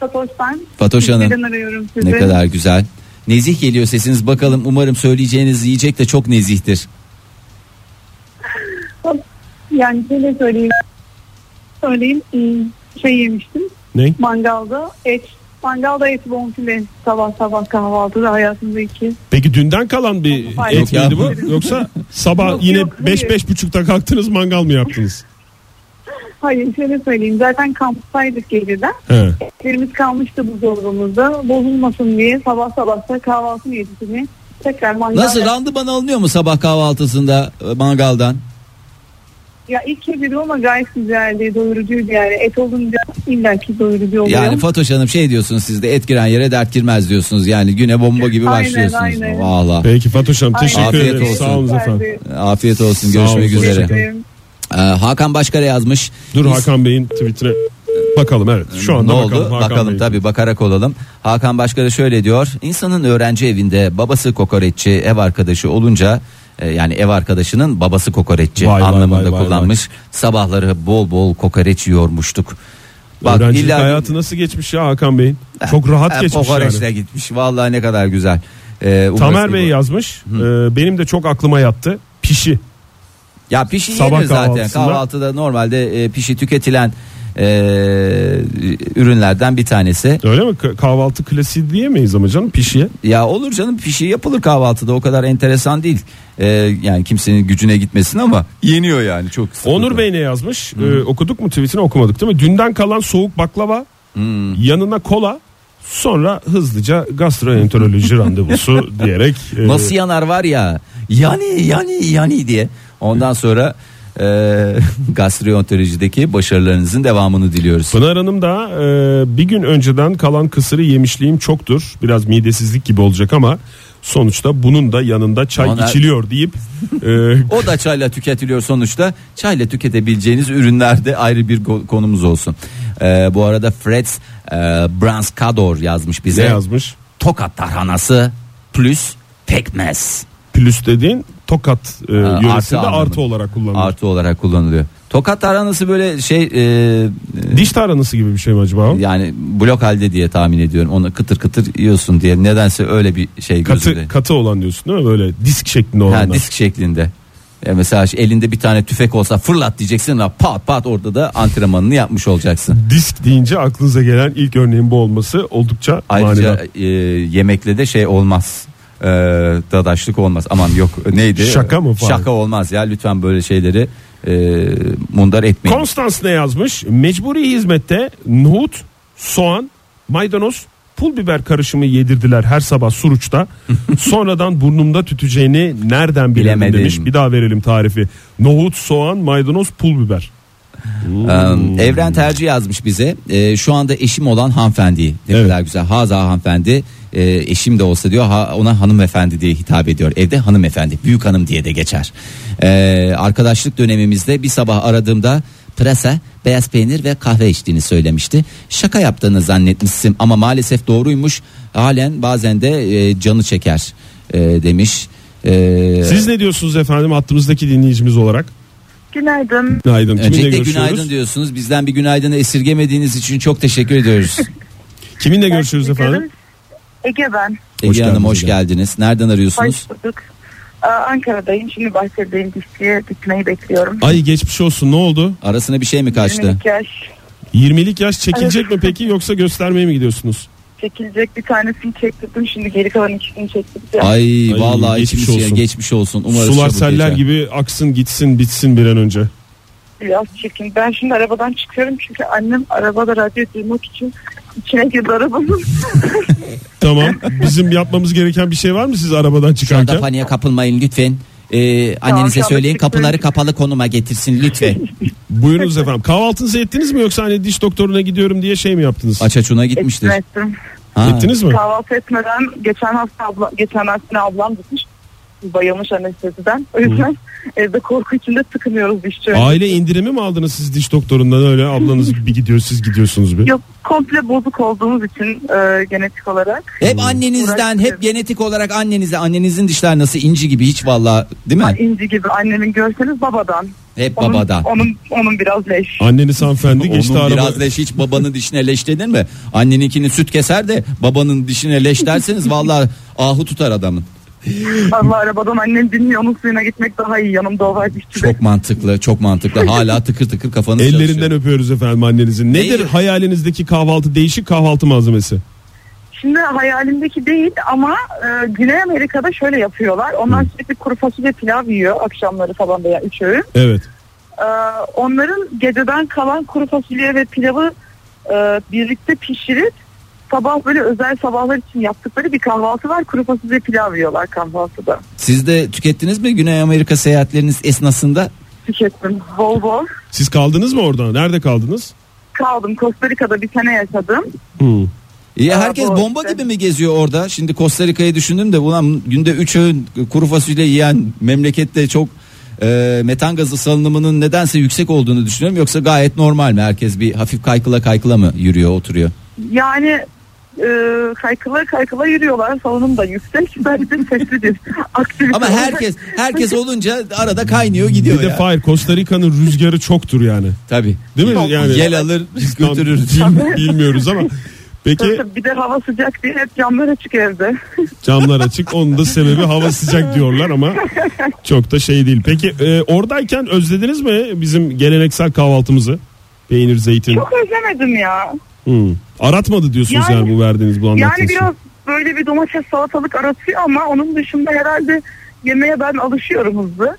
Fatoş ben.
Fatoş Hanım.
Sizden arıyorum sizi.
Ne kadar güzel. Nezih geliyor sesiniz bakalım umarım söyleyeceğiniz yiyecek de çok nezihtir.
Yani şöyle
ıı,
söyleyeyim. Söyleyeyim. ım, Şey yemiştim.
Ne?
Mangalda et
Mangalda et bonfile sabah sabah kahvaltıda hayatımda iki.
Peki dünden kalan bir
Hayır.
et
Yok
miydi
ya.
bu? Yoksa sabah
Yok,
yine
yok,
5 beş buçukta kalktınız mangal mı yaptınız?
Hayır şöyle söyleyeyim zaten kamptaydık geceden.
He.
Etlerimiz kalmıştı buzdolabımızda. Bozulmasın diye sabah sabah da kahvaltı yedisini tekrar mangalda.
Nasıl randıman alınıyor mu sabah kahvaltısında e, mangaldan?
Ya ilk kez yedim ama gayet güzeldi, doyurucuydu yani. Et olunca illaki doyurucu oluyor.
Yani Fatoş Hanım şey diyorsunuz siz de et giren yere dert girmez diyorsunuz. Yani güne bomba gibi
Aynen,
başlıyorsunuz.
aynen.
Valla.
Peki Fatoş Hanım
Aynen.
teşekkür
Afiyet
ederim.
olsun.
Sağ olun efendim.
Afiyet olsun.
Sağ
Görüşmek
olun,
üzere.
hoşça kalın.
Ee, Hakan Başkara yazmış.
Dur
Biz-
Hakan Bey'in tweetine bakalım evet. Şu anda
ne
bakalım
oldu?
Hakan
bakalım
Bey.
tabii bakarak olalım. Hakan Başkara şöyle diyor. İnsanın öğrenci evinde babası kokoreççi, ev arkadaşı olunca e, yani ev arkadaşının babası kokoreççi
Vay, vay,
anlamında
vay, vay,
kullanmış. Sabahları bol bol kokoreç yormuştuk. Bak
Öğrencilik
illa
hayatı nasıl geçmiş ya Hakan Bey'in? Çok rahat
Ha,
geçmiş
kokoreçle
yani.
gitmiş. Vallahi ne kadar güzel. Ee, umarız
Tamer
ki
Bey
bu-
yazmış. e, benim de çok aklıma yattı. Pişi.
Ya pişi
Sabah
yenir zaten.
kahvaltısında-
Kahvaltıda normalde e, pişi tüketilen e, ürünlerden bir tanesi.
Öyle mi? K- Kahvaltı klasiği diyemeyiz ama canım pişiye.
Ya olur canım pişi yapılır kahvaltıda o kadar enteresan değil. E, yani kimsenin gücüne gitmesin ama yeniyor yani çok. sıkıntı.
Onur Bey ne yazmış? E, okuduk mu tweetini okumadık değil mi? Dünden kalan soğuk baklava, yanına kola, sonra hızlıca gastroenteroloji randevusu diyerek. e,
Nasıl yanar var ya yani yani yani diye. Ondan sonra e, gastroenterilojideki başarılarınızın devamını diliyoruz.
Pınar Hanım da e, bir gün önceden kalan kısırı yemişliğim çoktur. Biraz midesizlik gibi olacak ama sonuçta bunun da yanında çay
Ona-
içiliyor deyip e,
O da çayla tüketiliyor sonuçta. Çayla tüketebileceğiniz ürünler de ayrı bir go- konumuz olsun. Ee, bu arada Fred e, Branskador yazmış bize.
ne yazmış?
Tokat tarhanası plus pekmez.
Plus dediğin tokat e,
Ee,
yöresinde artı,
anlamında.
olarak kullanılıyor.
Artı olarak kullanılıyor. Tokat tarhanası böyle şey e, e,
Diş taranası gibi bir şey mi acaba? o?
yani blok halde diye tahmin ediyorum. Onu kıtır kıtır yiyorsun diye. Nedense öyle bir şey gözümde.
Katı, katı olan diyorsun değil mi? Böyle disk şeklinde olanlar.
Ha, disk şeklinde. E, mesela elinde bir tane tüfek olsa fırlat diyeceksin ama pat pat orada da antrenmanını yapmış olacaksın.
Disk deyince aklınıza gelen ilk örneğin bu olması oldukça
Ayrıca
manidar.
e, yemekle de şey olmaz. E, dadaşlık olmaz. Aman yok neydi? E,
Şaka mı falan?
Şaka olmaz ya. Lütfen böyle şeyleri e, mundar etmeyin.
Konstans ne yazmış? Mecburi hizmette nohut, soğan, maydanoz, pul biber karışımı yedirdiler her sabah Suruç'ta. Sonradan burnumda tüteceğini nereden bilemedim
Bilemedim.
demiş. Bir daha verelim tarifi. Nohut, soğan, maydanoz, pul biber.
E, Evren Tercih yazmış bize. E, şu anda eşim olan hanımefendi. Ne kadar güzel. Haza hanımefendi. E, eşim de olsa diyor ha, ona hanımefendi diye hitap ediyor. Evde hanımefendi. Büyük hanım diye de geçer. E, arkadaşlık dönemimizde bir sabah aradığımda Prasa beyaz peynir ve kahve içtiğini söylemişti. Şaka yaptığını zannetmişsin ama maalesef doğruymuş. Halen bazen de e, canı çeker e, demiş. E,
Siz ne diyorsunuz efendim hattımızdaki dinleyicimiz olarak?
Günaydın.
Günaydın. Kiminle
Öncelikle
görüşüyoruz?
günaydın diyorsunuz. Bizden bir günaydını esirgemediğiniz için çok teşekkür ediyoruz.
Kiminle görüşüyoruz efendim?
Ege ben.
Ege
Hoş
Hanım
geldiniz
hoş
Ege.
geldiniz. Nereden arıyorsunuz?
Hoş bulduk. Ee, Ankara'dayım. Şimdi bahçedeyim. Dişçiye gitmeyi bekliyorum.
Ay geçmiş olsun ne oldu?
Arasına bir şey mi kaçtı?
22 yaş
20'lik yaş çekilecek mi peki yoksa göstermeye mi gidiyorsunuz?
çekilecek bir tanesini çektirdim. Şimdi geri kalan ikisini çektirdim.
Ay,
Ay,
vallahi
geçmiş
geçmiş olsun.
olsun.
geçmiş olsun. Umarız
Sular
çabuk
seller
geçer.
gibi aksın gitsin bitsin bir an önce.
Biraz çekin. Ben şimdi arabadan çıkıyorum çünkü annem arabada radyo duymak için içine girdi arabanın.
Tamam bizim yapmamız gereken bir şey var mı siz arabadan
Şu anda
çıkarken?
paniğe kapılmayın lütfen. Ee, annenize
şu anda
söyleyin
çıkmıyor.
kapıları kapalı konuma getirsin lütfen.
Buyurunuz efendim kahvaltınızı ettiniz mi yoksa hani diş doktoruna gidiyorum diye şey mi yaptınız?
Açaçuna gitmiştir.
Ettim.
Ha.
Ettiniz mi?
Kahvaltı etmeden geçen hafta abla, geçen hafta ablam gitmiş. Bayılmış anesteziden. O yüzden evde korku içinde sıkınıyoruz dişçi.
Aile indirimi mi aldınız siz diş doktorundan öyle ablanız bir gidiyor siz gidiyorsunuz bir.
Yok komple bozuk olduğumuz için e, genetik olarak.
Hep annenizden hep
Uğraştırıyorum.
genetik olarak annenize annenizin dişler nasıl inci gibi hiç valla değil mi?
İnci gibi annemin görseniz babadan.
Hep
Onun-
babadan.
Onun, onun biraz leş.
Anneniz hanımefendi geçti
Onun
araba.
biraz leş hiç babanın dişine leş denir mi? Anneninkini süt keser de babanın dişine leş derseniz valla ahu tutar adamın.
Valla arabadan annem dinliyor. Onun suyuna gitmek daha iyi. Yanımda o var işte.
Çok mantıklı, çok mantıklı. Hala tıkır tıkır kafanız çalışıyor.
Ellerinden öpüyoruz efendim annenizin. Nedir hayalinizdeki kahvaltı değişik kahvaltı malzemesi?
Şimdi hayalimdeki değil ama e, Güney Amerika'da şöyle yapıyorlar. Onlar sürekli kuru fasulye pilav yiyor akşamları falan veya üç öğün.
Evet.
E, onların geceden kalan kuru fasulye ve pilavı e, birlikte pişirip sabah böyle özel sabahlar için yaptıkları bir kahvaltı var. Kuru fasulye pilav yiyorlar kahvaltıda.
Siz de tükettiniz mi Güney Amerika seyahatleriniz esnasında?
Tükettim bol bol.
Siz kaldınız mı orada? Nerede kaldınız? Hmm.
Kaldım Costa Rica'da bir sene yaşadım.
Ya herkes bomba gibi mi geziyor orada? Şimdi Costa Rica'yı düşündüm de ulan günde 3 öğün kuru fasulye yiyen memlekette çok e, metan gazı salınımının nedense yüksek olduğunu düşünüyorum. Yoksa gayet normal mi? Herkes bir hafif kaykıla kaykıla mı yürüyor oturuyor?
Yani e, kaykıla kaykıla yürüyorlar. Salonum da yüksek. Bence sesli bir aktivite.
Ama herkes herkes olunca arada kaynıyor gidiyor
Bir de
ya.
Fahir Costa Rica'nın rüzgarı çoktur yani.
Tabii.
Değil mi? Yani
Yel alır
Tam
götürür.
bil- bilmiyoruz ama peki
Bir de hava sıcak diye hep camlar açık evde.
camlar açık onun da sebebi hava sıcak diyorlar ama çok da şey değil. Peki e, oradayken özlediniz mi bizim geleneksel kahvaltımızı? Peynir, zeytin.
Çok özlemedim ya.
Hmm. Aratmadı diyorsunuz yani,
Yani-
bu verdiğiniz bu anlattığınız.
Yani
şey.
biraz böyle bir domates salatalık aratıyor ama onun dışında herhalde yemeğe ben alışıyorum hızlı.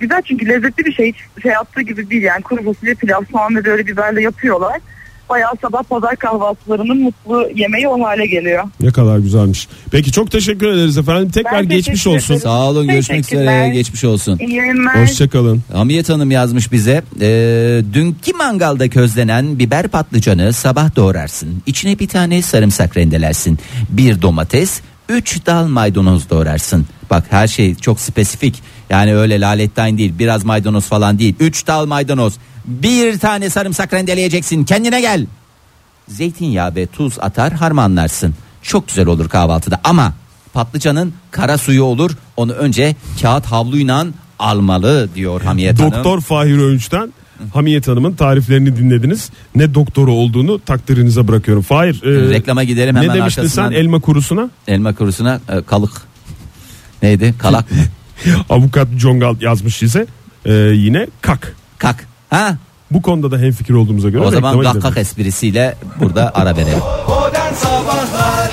Güzel çünkü lezzetli bir şey hiç şey yaptığı gibi değil yani kuru fasulye pilav soğan ve böyle biberle yapıyorlar. Bayağı sabah pazar kahvaltılarının mutlu yemeği o hale geliyor.
Ne kadar güzelmiş. Peki çok teşekkür ederiz efendim. Tekrar
Ben
geçmiş
teşekkür
olsun.
ederim.
Sağ olun görüşmek
Teşekkürler.
üzere geçmiş olsun.
İyi yayınlar.
Hoşçakalın.
Hamiyet Hanım yazmış bize. Ee, dünkü mangalda közlenen biber patlıcanı sabah doğrarsın. İçine bir tane sarımsak rendelersin. Bir domates, üç dal maydanoz doğrarsın. Bak her şey çok spesifik. Yani öyle laletten değil biraz maydanoz falan değil. Üç dal maydanoz. Bir tane sarımsak rendeleyeceksin. Kendine gel. Zeytinyağı ve tuz atar harmanlarsın. Çok güzel olur kahvaltıda ama patlıcanın kara suyu olur. Onu önce kağıt havluyla almalı diyor Hamiyet Hanım.
Doktor Fahir Öğünç'ten Hamiyet Hanım'ın tariflerini dinlediniz. Ne doktoru olduğunu takdirinize bırakıyorum. Fahir. e,
Reklama gidelim hemen
Ne demiştin sen
arkasından.
elma kurusuna?
Elma kurusuna e, kalık. Neydi? Kalak mı?
Avukat Congal yazmış size. E, yine kak.
Kak. Ha?
Bu konuda da hemfikir olduğumuza göre
O zaman
reklama
gakkak
gidelim.
esprisiyle burada ara verelim.
Modern Sabahlar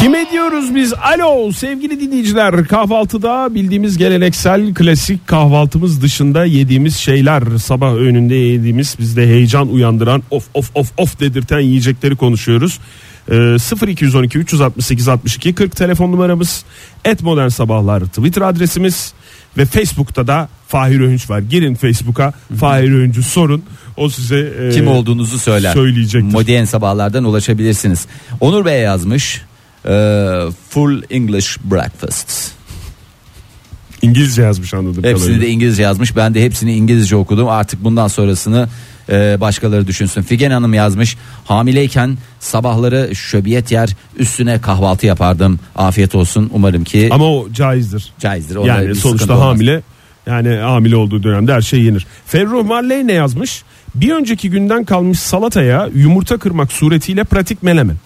Kime diyoruz biz? Alo sevgili dinleyiciler kahvaltıda bildiğimiz geleneksel klasik kahvaltımız dışında yediğimiz şeyler sabah öğününde yediğimiz bizde heyecan uyandıran of of of of dedirten yiyecekleri konuşuyoruz. Ee, 0212 368 62 40 telefon numaramız et modern sabahlar twitter adresimiz ve facebook'ta da Fahir Öğünç var. Girin facebook'a Fahir Öğüncü sorun o size e,
Kim olduğunuzu söyler.
söyleyecektir.
Modern sabahlardan ulaşabilirsiniz. Onur Bey yazmış. e, full English breakfast.
İngilizce yazmış anladım.
Hepsini de İngilizce yazmış. Ben de hepsini İngilizce okudum. Artık bundan sonrasını e, başkaları düşünsün. Figen Hanım yazmış. Hamileyken sabahları şöbiyet yer, üstüne kahvaltı yapardım. Afiyet olsun. Umarım ki
Ama o caizdir.
caizdir. Onda bir
Yani
sıkıntı
sonuçta
olmaz.
hamile yani hamile olduğu dönemde her şey yenir. Ferruh Marley ne yazmış? Bir önceki günden kalmış salataya yumurta kırmak suretiyle pratik menemen.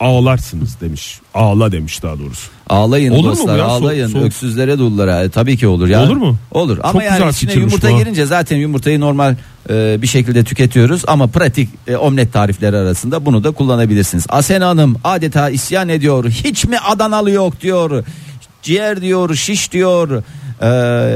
Ağlarsınız demiş. Ağla demiş daha doğrusu.
Ağlayın
Olur mu
dostlar
bu ya? So-
ağlayın
soğuk-
öksüzlere dullara E, tabii ki olur ya.
Olur mu?
Olur ama
Çok
yani
güzel
içine
fikirmiş
yumurta
bu ha.
girince zaten yumurtayı normal e, bir şekilde tüketiyoruz ama pratik e, omlet tarifleri arasında bunu da kullanabilirsiniz. Asena Hanım adeta isyan ediyor hiç mi Adanalı yok diyor ciğer diyor şiş diyor. E,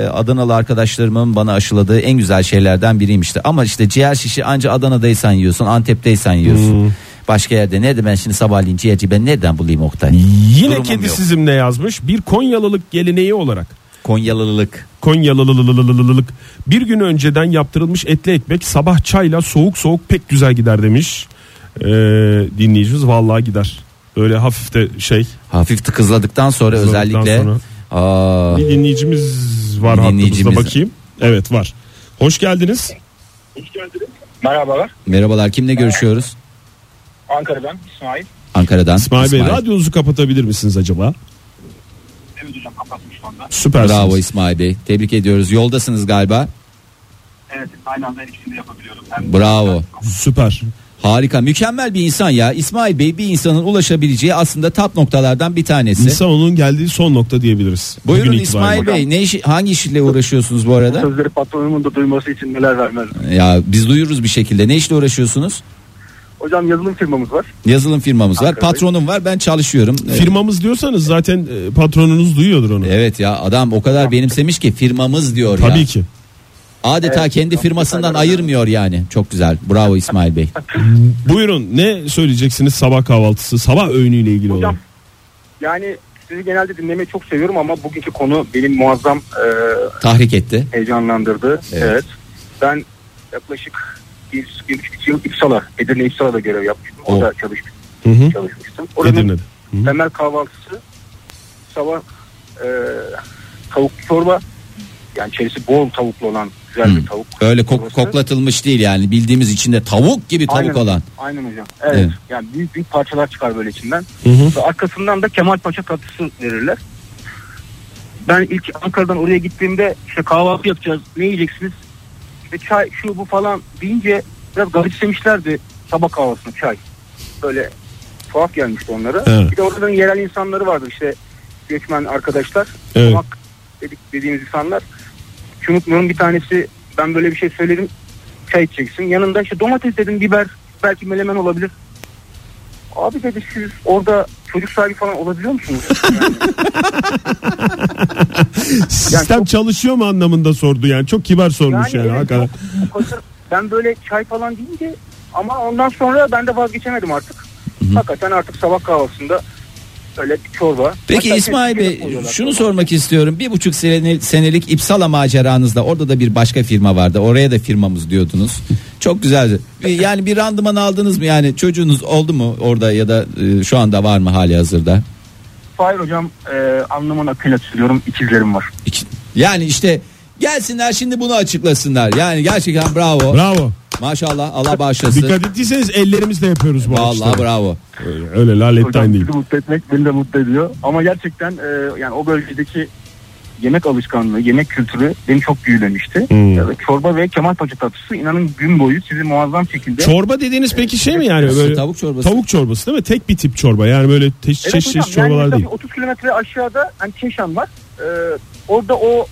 Adanalı arkadaşlarımın bana aşıladığı en güzel şeylerden biriymişti ama işte ciğer şişi anca Adana'daysan yiyorsun Antep'teysen yiyorsun.
Hmm.
Başka yerde nerede ben şimdi sabahleyin ciğerci ben nereden bulayım Oktay?
Yine
Durumum
kedi
yok.
sizinle yazmış. Bir Konyalılık geleneği olarak
Konyalılık.
Konyalılılık bir gün önceden yaptırılmış etli ekmek sabah çayla soğuk soğuk pek güzel gider demiş. Ee, dinleyicimiz vallahi gider. Öyle hafif de şey
Hafif tıkızladıktan sonra
Tıkızladıktan
özellikle
sonra.
Aa,
Bir dinleyicimiz var
Bir
hattımızda
dinleyicimiz-
bakayım. Evet var. Hoş geldiniz.
Merhabalar.
merhabalar kimle görüşüyoruz?
Ankara'dan İsmail.
Ankara'dan.
İsmail Bey radyonuzu kapatabilir misiniz acaba?
Evet hocam kapattım şu anda.
Süpersiniz.
Bravo İsmail Bey. Tebrik ediyoruz. Yoldasınız galiba.
Evet aynı anda her ikisini de yapabiliyorum. Hem
Bravo.
Süper.
Harika mükemmel bir insan ya İsmail Bey bir insanın ulaşabileceği aslında tap noktalardan bir tanesi.
İnsan onun geldiği son nokta diyebiliriz.
Buyurun
Bugün
İsmail
itibariyle.
Bey ne iş, hangi işle uğraşıyorsunuz bu arada?
Sözleri patronumun da duyması için neler vermez.
Ya biz duyururuz bir şekilde ne işle uğraşıyorsunuz?
Hocam yazılım firmamız var.
Yazılım firmamız var.
Ankara'dayız.
Patronum var. Ben çalışıyorum.
Firmamız diyorsanız zaten e, patronunuz duyuyordur onu.
Evet ya adam o kadar benimsemiş ki firmamız diyor ya.
Tabii ki.
Adeta
Evet,
kendi firmasından ayırmıyor yani. Çok güzel. Bravo İsmail Bey.
Buyurun ne söyleyeceksiniz sabah kahvaltısı, sabah öğünüyle ilgili olan?
Yani sizi genelde dinlemeyi çok seviyorum ama bugünkü konu benim muazzam e,
Tahrik etti.
heyecanlandırdı. Evet. Ben yaklaşık bir, bir buçuk iki yıl İpsala, Edirne İpsala'da görev yapmıştım. Orada çalışmıştım.
Hı hı.
çalışmıştım. Oranın
Edirne'de.
temel kahvaltısı sabah e, tavuk çorba yani içerisi bol tavuklu olan güzel bir tavuk.
Öyle kok- koklatılmış değil yani. Bildiğimiz içinde tavuk gibi tavuk
Aynen,
olan.
Aynen hocam. Evet.
Evet.
Yani büyük büyük parçalar çıkar böyle içinden.
Hı hı.
Ve arkasından da Kemal Paşa tatlısı verirler. Ben ilk Ankara'dan oraya gittiğimde işte kahvaltı yapacağız. Ne yiyeceksiniz? İşte çay şu bu falan deyince biraz garipsemişlerdi sabah kahvaltısını çay. Böyle tuhaf gelmişti onlara.
Evet.
Bir de oradan yerel insanları vardı işte göçmen arkadaşlar.
Evet.
Çomak dedik dediğimiz insanlar. Hiç unutmuyorum bir tanesi ben böyle bir şey söyledim çay içeceksin. Yanında işte domates dedim biber belki melemen olabilir. Abi dedi siz orada çocuk sahibi falan olabiliyor musunuz?
Sistem çalışıyor mu anlamında sordu yani. Çok kibar sormuş
şey
yani.
evet,
hakikaten.
çok- çok hoşuma- ben böyle çay falan deyince ama ondan sonra ben de vazgeçemedim artık. Hakikaten artık sabah kahvaltısında öyle bir çorba.
Peki
Hatta şey
İsmail
keşke de
Bey
koyuyorlar.
şunu sormak istiyorum. Bir buçuk sene- senelik İpsala maceranızda orada da bir başka firma vardı. Oraya da firmamız diyordunuz. Çok güzeldi. Ee, Yani bir randıman aldınız mı? Yani çocuğunuz oldu mu orada ya da e, şu anda var mı hali hazırda?
Hayır hocam e, anlamına akıyla söylüyorum ikizlerim var.
Yani işte gelsinler şimdi bunu açıklasınlar. Yani gerçekten bravo.
Bravo.
Maşallah Allah bağışlasın.
Dikkat ettiyseniz ellerimizle yapıyoruz bu
Vallahi
alkışları.
bravo.
Öyle, öyle laletten değil.
Bizi mutlu etmek beni de mutlu ediyor. Ama gerçekten e, yani o bölgedeki yemek alışkanlığı, yemek kültürü beni çok büyülemişti.
Hmm.
Evet, çorba ve kemal paça tatlısı inanın gün boyu sizi muazzam şekilde...
Çorba dediğiniz peki şey mi yani böyle
tavuk çorbası.
Tavuk çorbası değil mi? Tek bir tip çorba. Yani böyle te- çeşit
Evet
çeşit
hocam,
çorbalar
yani
değil.
tabii 30 kilometre aşağıda hani Keşan var. Ee, orada o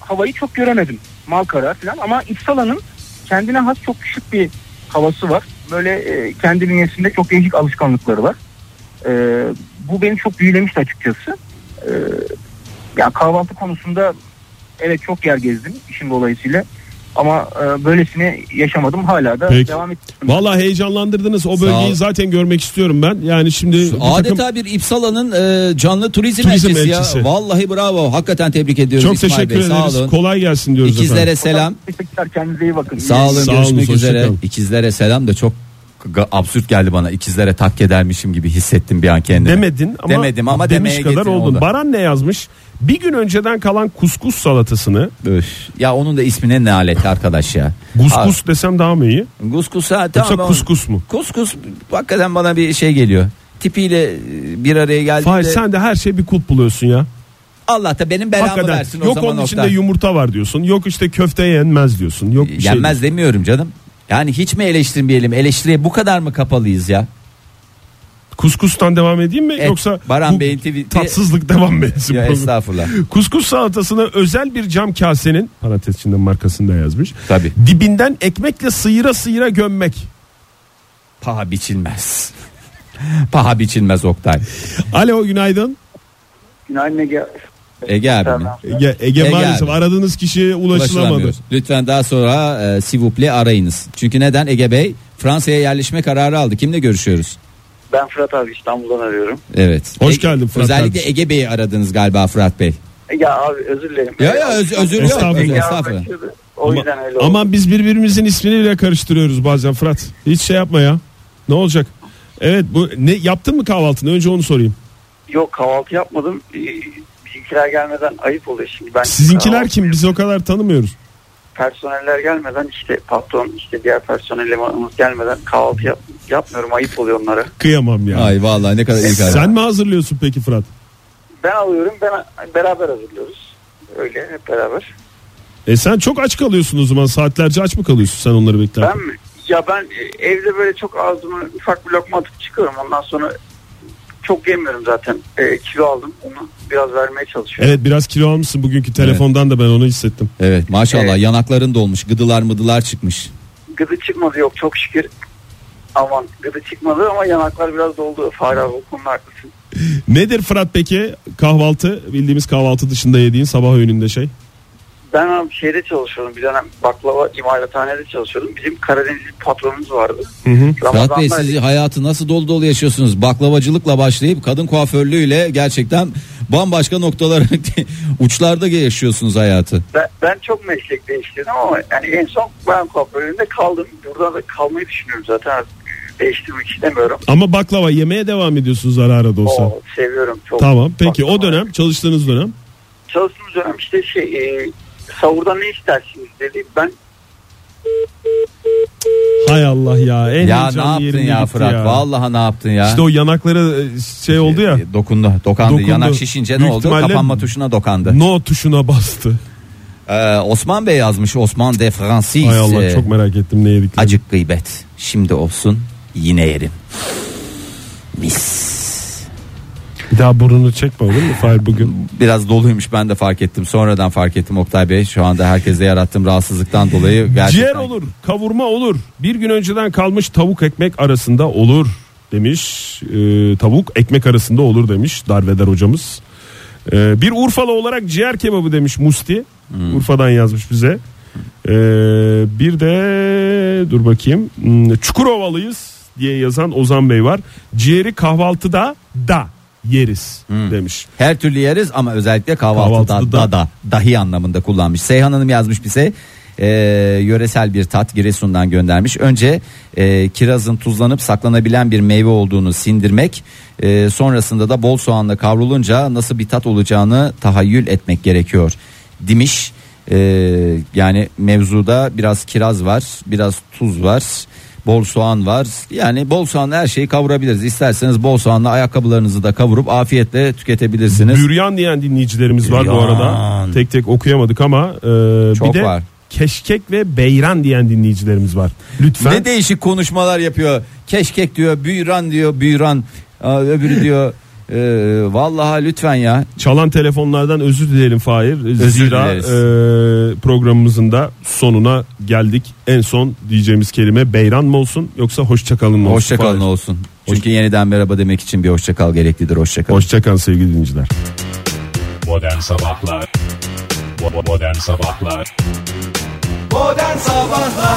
havayı çok göremedim. Malkara falan ama İpsala'nın kendine has çok küçük bir havası var. Böyle e, kendi bünyesinde çok değişik alışkanlıkları var. Ee, bu beni çok büyülemişti açıkçası. Ee, ya kahvaltı konusunda evet çok yer gezdim işin dolayısıyla. Ama e, böylesini yaşamadım hala da
Peki.
devam ettim.
Vallahi heyecanlandırdınız. O
Sağ ol.
bölgeyi zaten görmek istiyorum ben. Yani şimdi bir takım-
Adeta bir İpsala'nın e, canlı turizm,
Turizm
elçisi ya.
elçisi.
Vallahi bravo. Hakikaten tebrik ediyoruz
çok
İsmail
teşekkür
Bey. Sağ
ederiz.
olun.
Kolay gelsin diyoruz
İkizlere
efendim.
selam.
Teşekkürler kendinize iyi bakın.
Sağ olun
Sağ
görüşmek
olun,
üzere.
hoşçakalın.
İkizlere selam da çok ga- absürt geldi bana. İkizlere tak edermişim gibi hissettim bir an kendimi.
Demedin ama
Demedim ama
demiş
demeye
kadar
getirdim
oldun.
onu da.
Baran ne yazmış? Bir gün önceden kalan kuskus salatasını
Öf. Ya onun da ismine ne alet arkadaş ya.
guskus desem daha mı iyi?
Guskus ha tamam.
Yoksa
ben-
kuskus mu?
Kuskus hakikaten bana bir şey geliyor. Tipiyle e, bir araya geldiğinde
Fahir sen de her şey bir kulp buluyorsun ya.
Allah da benim belamı
Hakikaten.
versin o
Yok
zaman
onun içinde
Oktay.
yumurta var diyorsun. Yok işte köfte yenmez diyorsun. Yok bir şey.
Yenmez demiyorum canım. Yani hiç mi eleştirmeyelim? Eleştiriye bu kadar mı kapalıyız ya?
Kuskustan devam edeyim mi
Et,
yoksa
Baran
bu
Bey'in tweet'i-
tatsızlık devam mı etsin?
Ya
programı?
estağfurullah.
Kuskus salatasına özel bir cam kasenin parantez içinde markasını da yazmış.
Tabii.
Dibinden ekmekle sıyıra sıyıra gömmek.
Paha biçilmez. Paha biçilmez Oktay.
Alo günaydın.
Günaydın Ege.
Ege abi mi?
Ege, Ege,
Ege
maalesef
abi.
aradığınız kişiye ulaşılamadı.
Ulaşılamıyoruz. Lütfen daha sonra e, Sivuple arayınız. Çünkü neden Ege Bey Fransa'ya yerleşme kararı aldı. Kimle görüşüyoruz?
Ben Fırat abi İstanbul'dan arıyorum.
Evet.
Hoş
Ege-
geldin Fırat
Özellikle
kardeşim.
Ege Bey'i aradınız galiba Fırat Bey.
E Ya abi özür dilerim.
Ya ya öz- özür yok.
Estağfurullah.
Özür-
Abi,
Estağfurullah.
O yüzden öyle oldu.
Aman biz birbirimizin ismini bile karıştırıyoruz bazen Fırat. Hiç şey yapma ya. Ne olacak? Evet bu ne yaptın mı kahvaltını? Önce onu sorayım.
Yok kahvaltı yapmadım. Ee, Bizimkiler gelmeden ayıp oluyor şimdi. Ben
Sizinkiler
kahvaltı-
kim? Biz o kadar tanımıyoruz.
Personeller gelmeden işte patron işte diğer personel elemanımız gelmeden kahvaltı yap- yapmıyorum ayıp oluyor onlara.
Kıyamam ya.
Ay vallahi ne kadar iyi karar.
Sen mi hazırlıyorsun peki Fırat?
Ben alıyorum ben beraber hazırlıyoruz. Öyle hep beraber.
E sen çok aç kalıyorsun o zaman. Saatlerce aç mı kalıyorsun sen onları beklerken?
Ben mi? Ya
Ya ben e, evde böyle çok ağzıma ufak bir lokma atıp çıkıyorum. Ondan sonra çok yemiyorum zaten. E, kilo aldım. Onu biraz vermeye çalışıyorum.
Evet biraz kilo almışsın bugünkü telefondan da ben onu hissettim.
Evet maşallah yanakların dolmuş gıdılar mıdılar çıkmış.
Gıdı çıkmadı yok çok şükür. Aman gıdı çıkmadı ama yanaklar biraz doldu. Fahri abi o konuda haklısın.
Nedir Fırat peki kahvaltı bildiğimiz kahvaltı dışında yediğin sabah öğününde şey?
Ben abi şeyde çalışıyorum. Bir dönem baklava imalathanede çalışıyordum. Bizim Karadenizli patronumuz vardı.
Fırat Bey
Ramazan'da-
siz hayatı nasıl dolu dolu yaşıyorsunuz? Baklavacılıkla başlayıp kadın kuaförlüğüyle gerçekten bambaşka noktalara uçlarda yaşıyorsunuz hayatı.
Ben, ben çok meslek değiştirdim ama yani en son ben kuaförlüğünde kaldım. Burada da kalmayı düşünüyorum zaten. Değiştirmek istemiyorum.
Ama baklava yemeye devam ediyorsunuz ara ara da olsa.
Oo, seviyorum çok.
tamam peki o dönem çalıştığınız dönem
Çalıştığımız dönem işte şey e, savurda ne istersiniz dedi. Ben
hay Allah ya en
ya
heyecanlı
ne yaptın
yerine
ya
gitti
Fırat?
ya.
Vallahi ne yaptın ya?
İşte o yanaklara e, şey oldu ya.
Dokundu, dokandı. Yanak şişince ne
Büyük
oldu?
ihtimalle
Kapanma tuşuna dokandı.
No tuşuna bastı.
Ee, Osman Bey yazmış. Osman de Francis.
Hay Allah
Ee,
çok merak ettim ne yedik.
Acık gıybet. Şimdi olsun yine yerim. Mis.
Bir daha burnunu çekme olur mu Fahir bugün?
Biraz doluymuş ben de fark ettim. Sonradan fark ettim Oktay Bey. Şu anda herkeste yarattığım rahatsızlıktan dolayı
Ciğer
gerçekten
olur, kavurma olur. Bir gün önceden kalmış tavuk ekmek arasında olur demiş. Ee, tavuk ekmek arasında olur demiş Darveder hocamız. Ee, bir Urfalı olarak ciğer kebabı demiş Musti. Urfa'dan yazmış bize. Ee, bir de dur bakayım. Hmm, Çukurovalıyız diye yazan Ozan Bey var. Ciğeri kahvaltıda da yeriz demiş.
Her türlü yeriz ama özellikle kahvaltıda, da, da dahi anlamında kullanmış. Seyhan Hanım yazmış bize e, yöresel bir tat Giresun'dan göndermiş. Önce e, kirazın tuzlanıp saklanabilen bir meyve olduğunu sindirmek e, sonrasında da bol soğanla kavrulunca nasıl bir tat olacağını tahayyül etmek gerekiyor demiş. E, yani mevzuda biraz kiraz var biraz tuz var. Bol soğan var. Yani bol soğanla her şeyi kavurabiliriz. İsterseniz bol soğanla ayakkabılarınızı da kavurup afiyetle tüketebilirsiniz.
Büryan diyen dinleyicilerimiz var bu
Büryan.
arada. Tek tek okuyamadık ama e,
Çok
bir de
var.
keşkek ve beyran diyen dinleyicilerimiz var. Lütfen.
Ne değişik konuşmalar yapıyor. Keşkek diyor, büyran diyor, büyran. Aa, Öbürü diyor. e, vallahi lütfen ya.
Çalan telefonlardan özür dilerim Fahir.
Özür
Zira
dileriz.
e, programımızın da sonuna geldik. En son diyeceğimiz kelime beyran mı olsun yoksa hoşçakalın mı olsun?
Hoşçakalın
Fahir?
olsun. Çünkü yeniden merhaba demek için bir hoşçakal gereklidir. Hoşçakalın.
Hoşçakal sevgili dinleyiciler.
Modern Sabahlar Bo- bo- Modern Sabahlar
Modern Sabahlar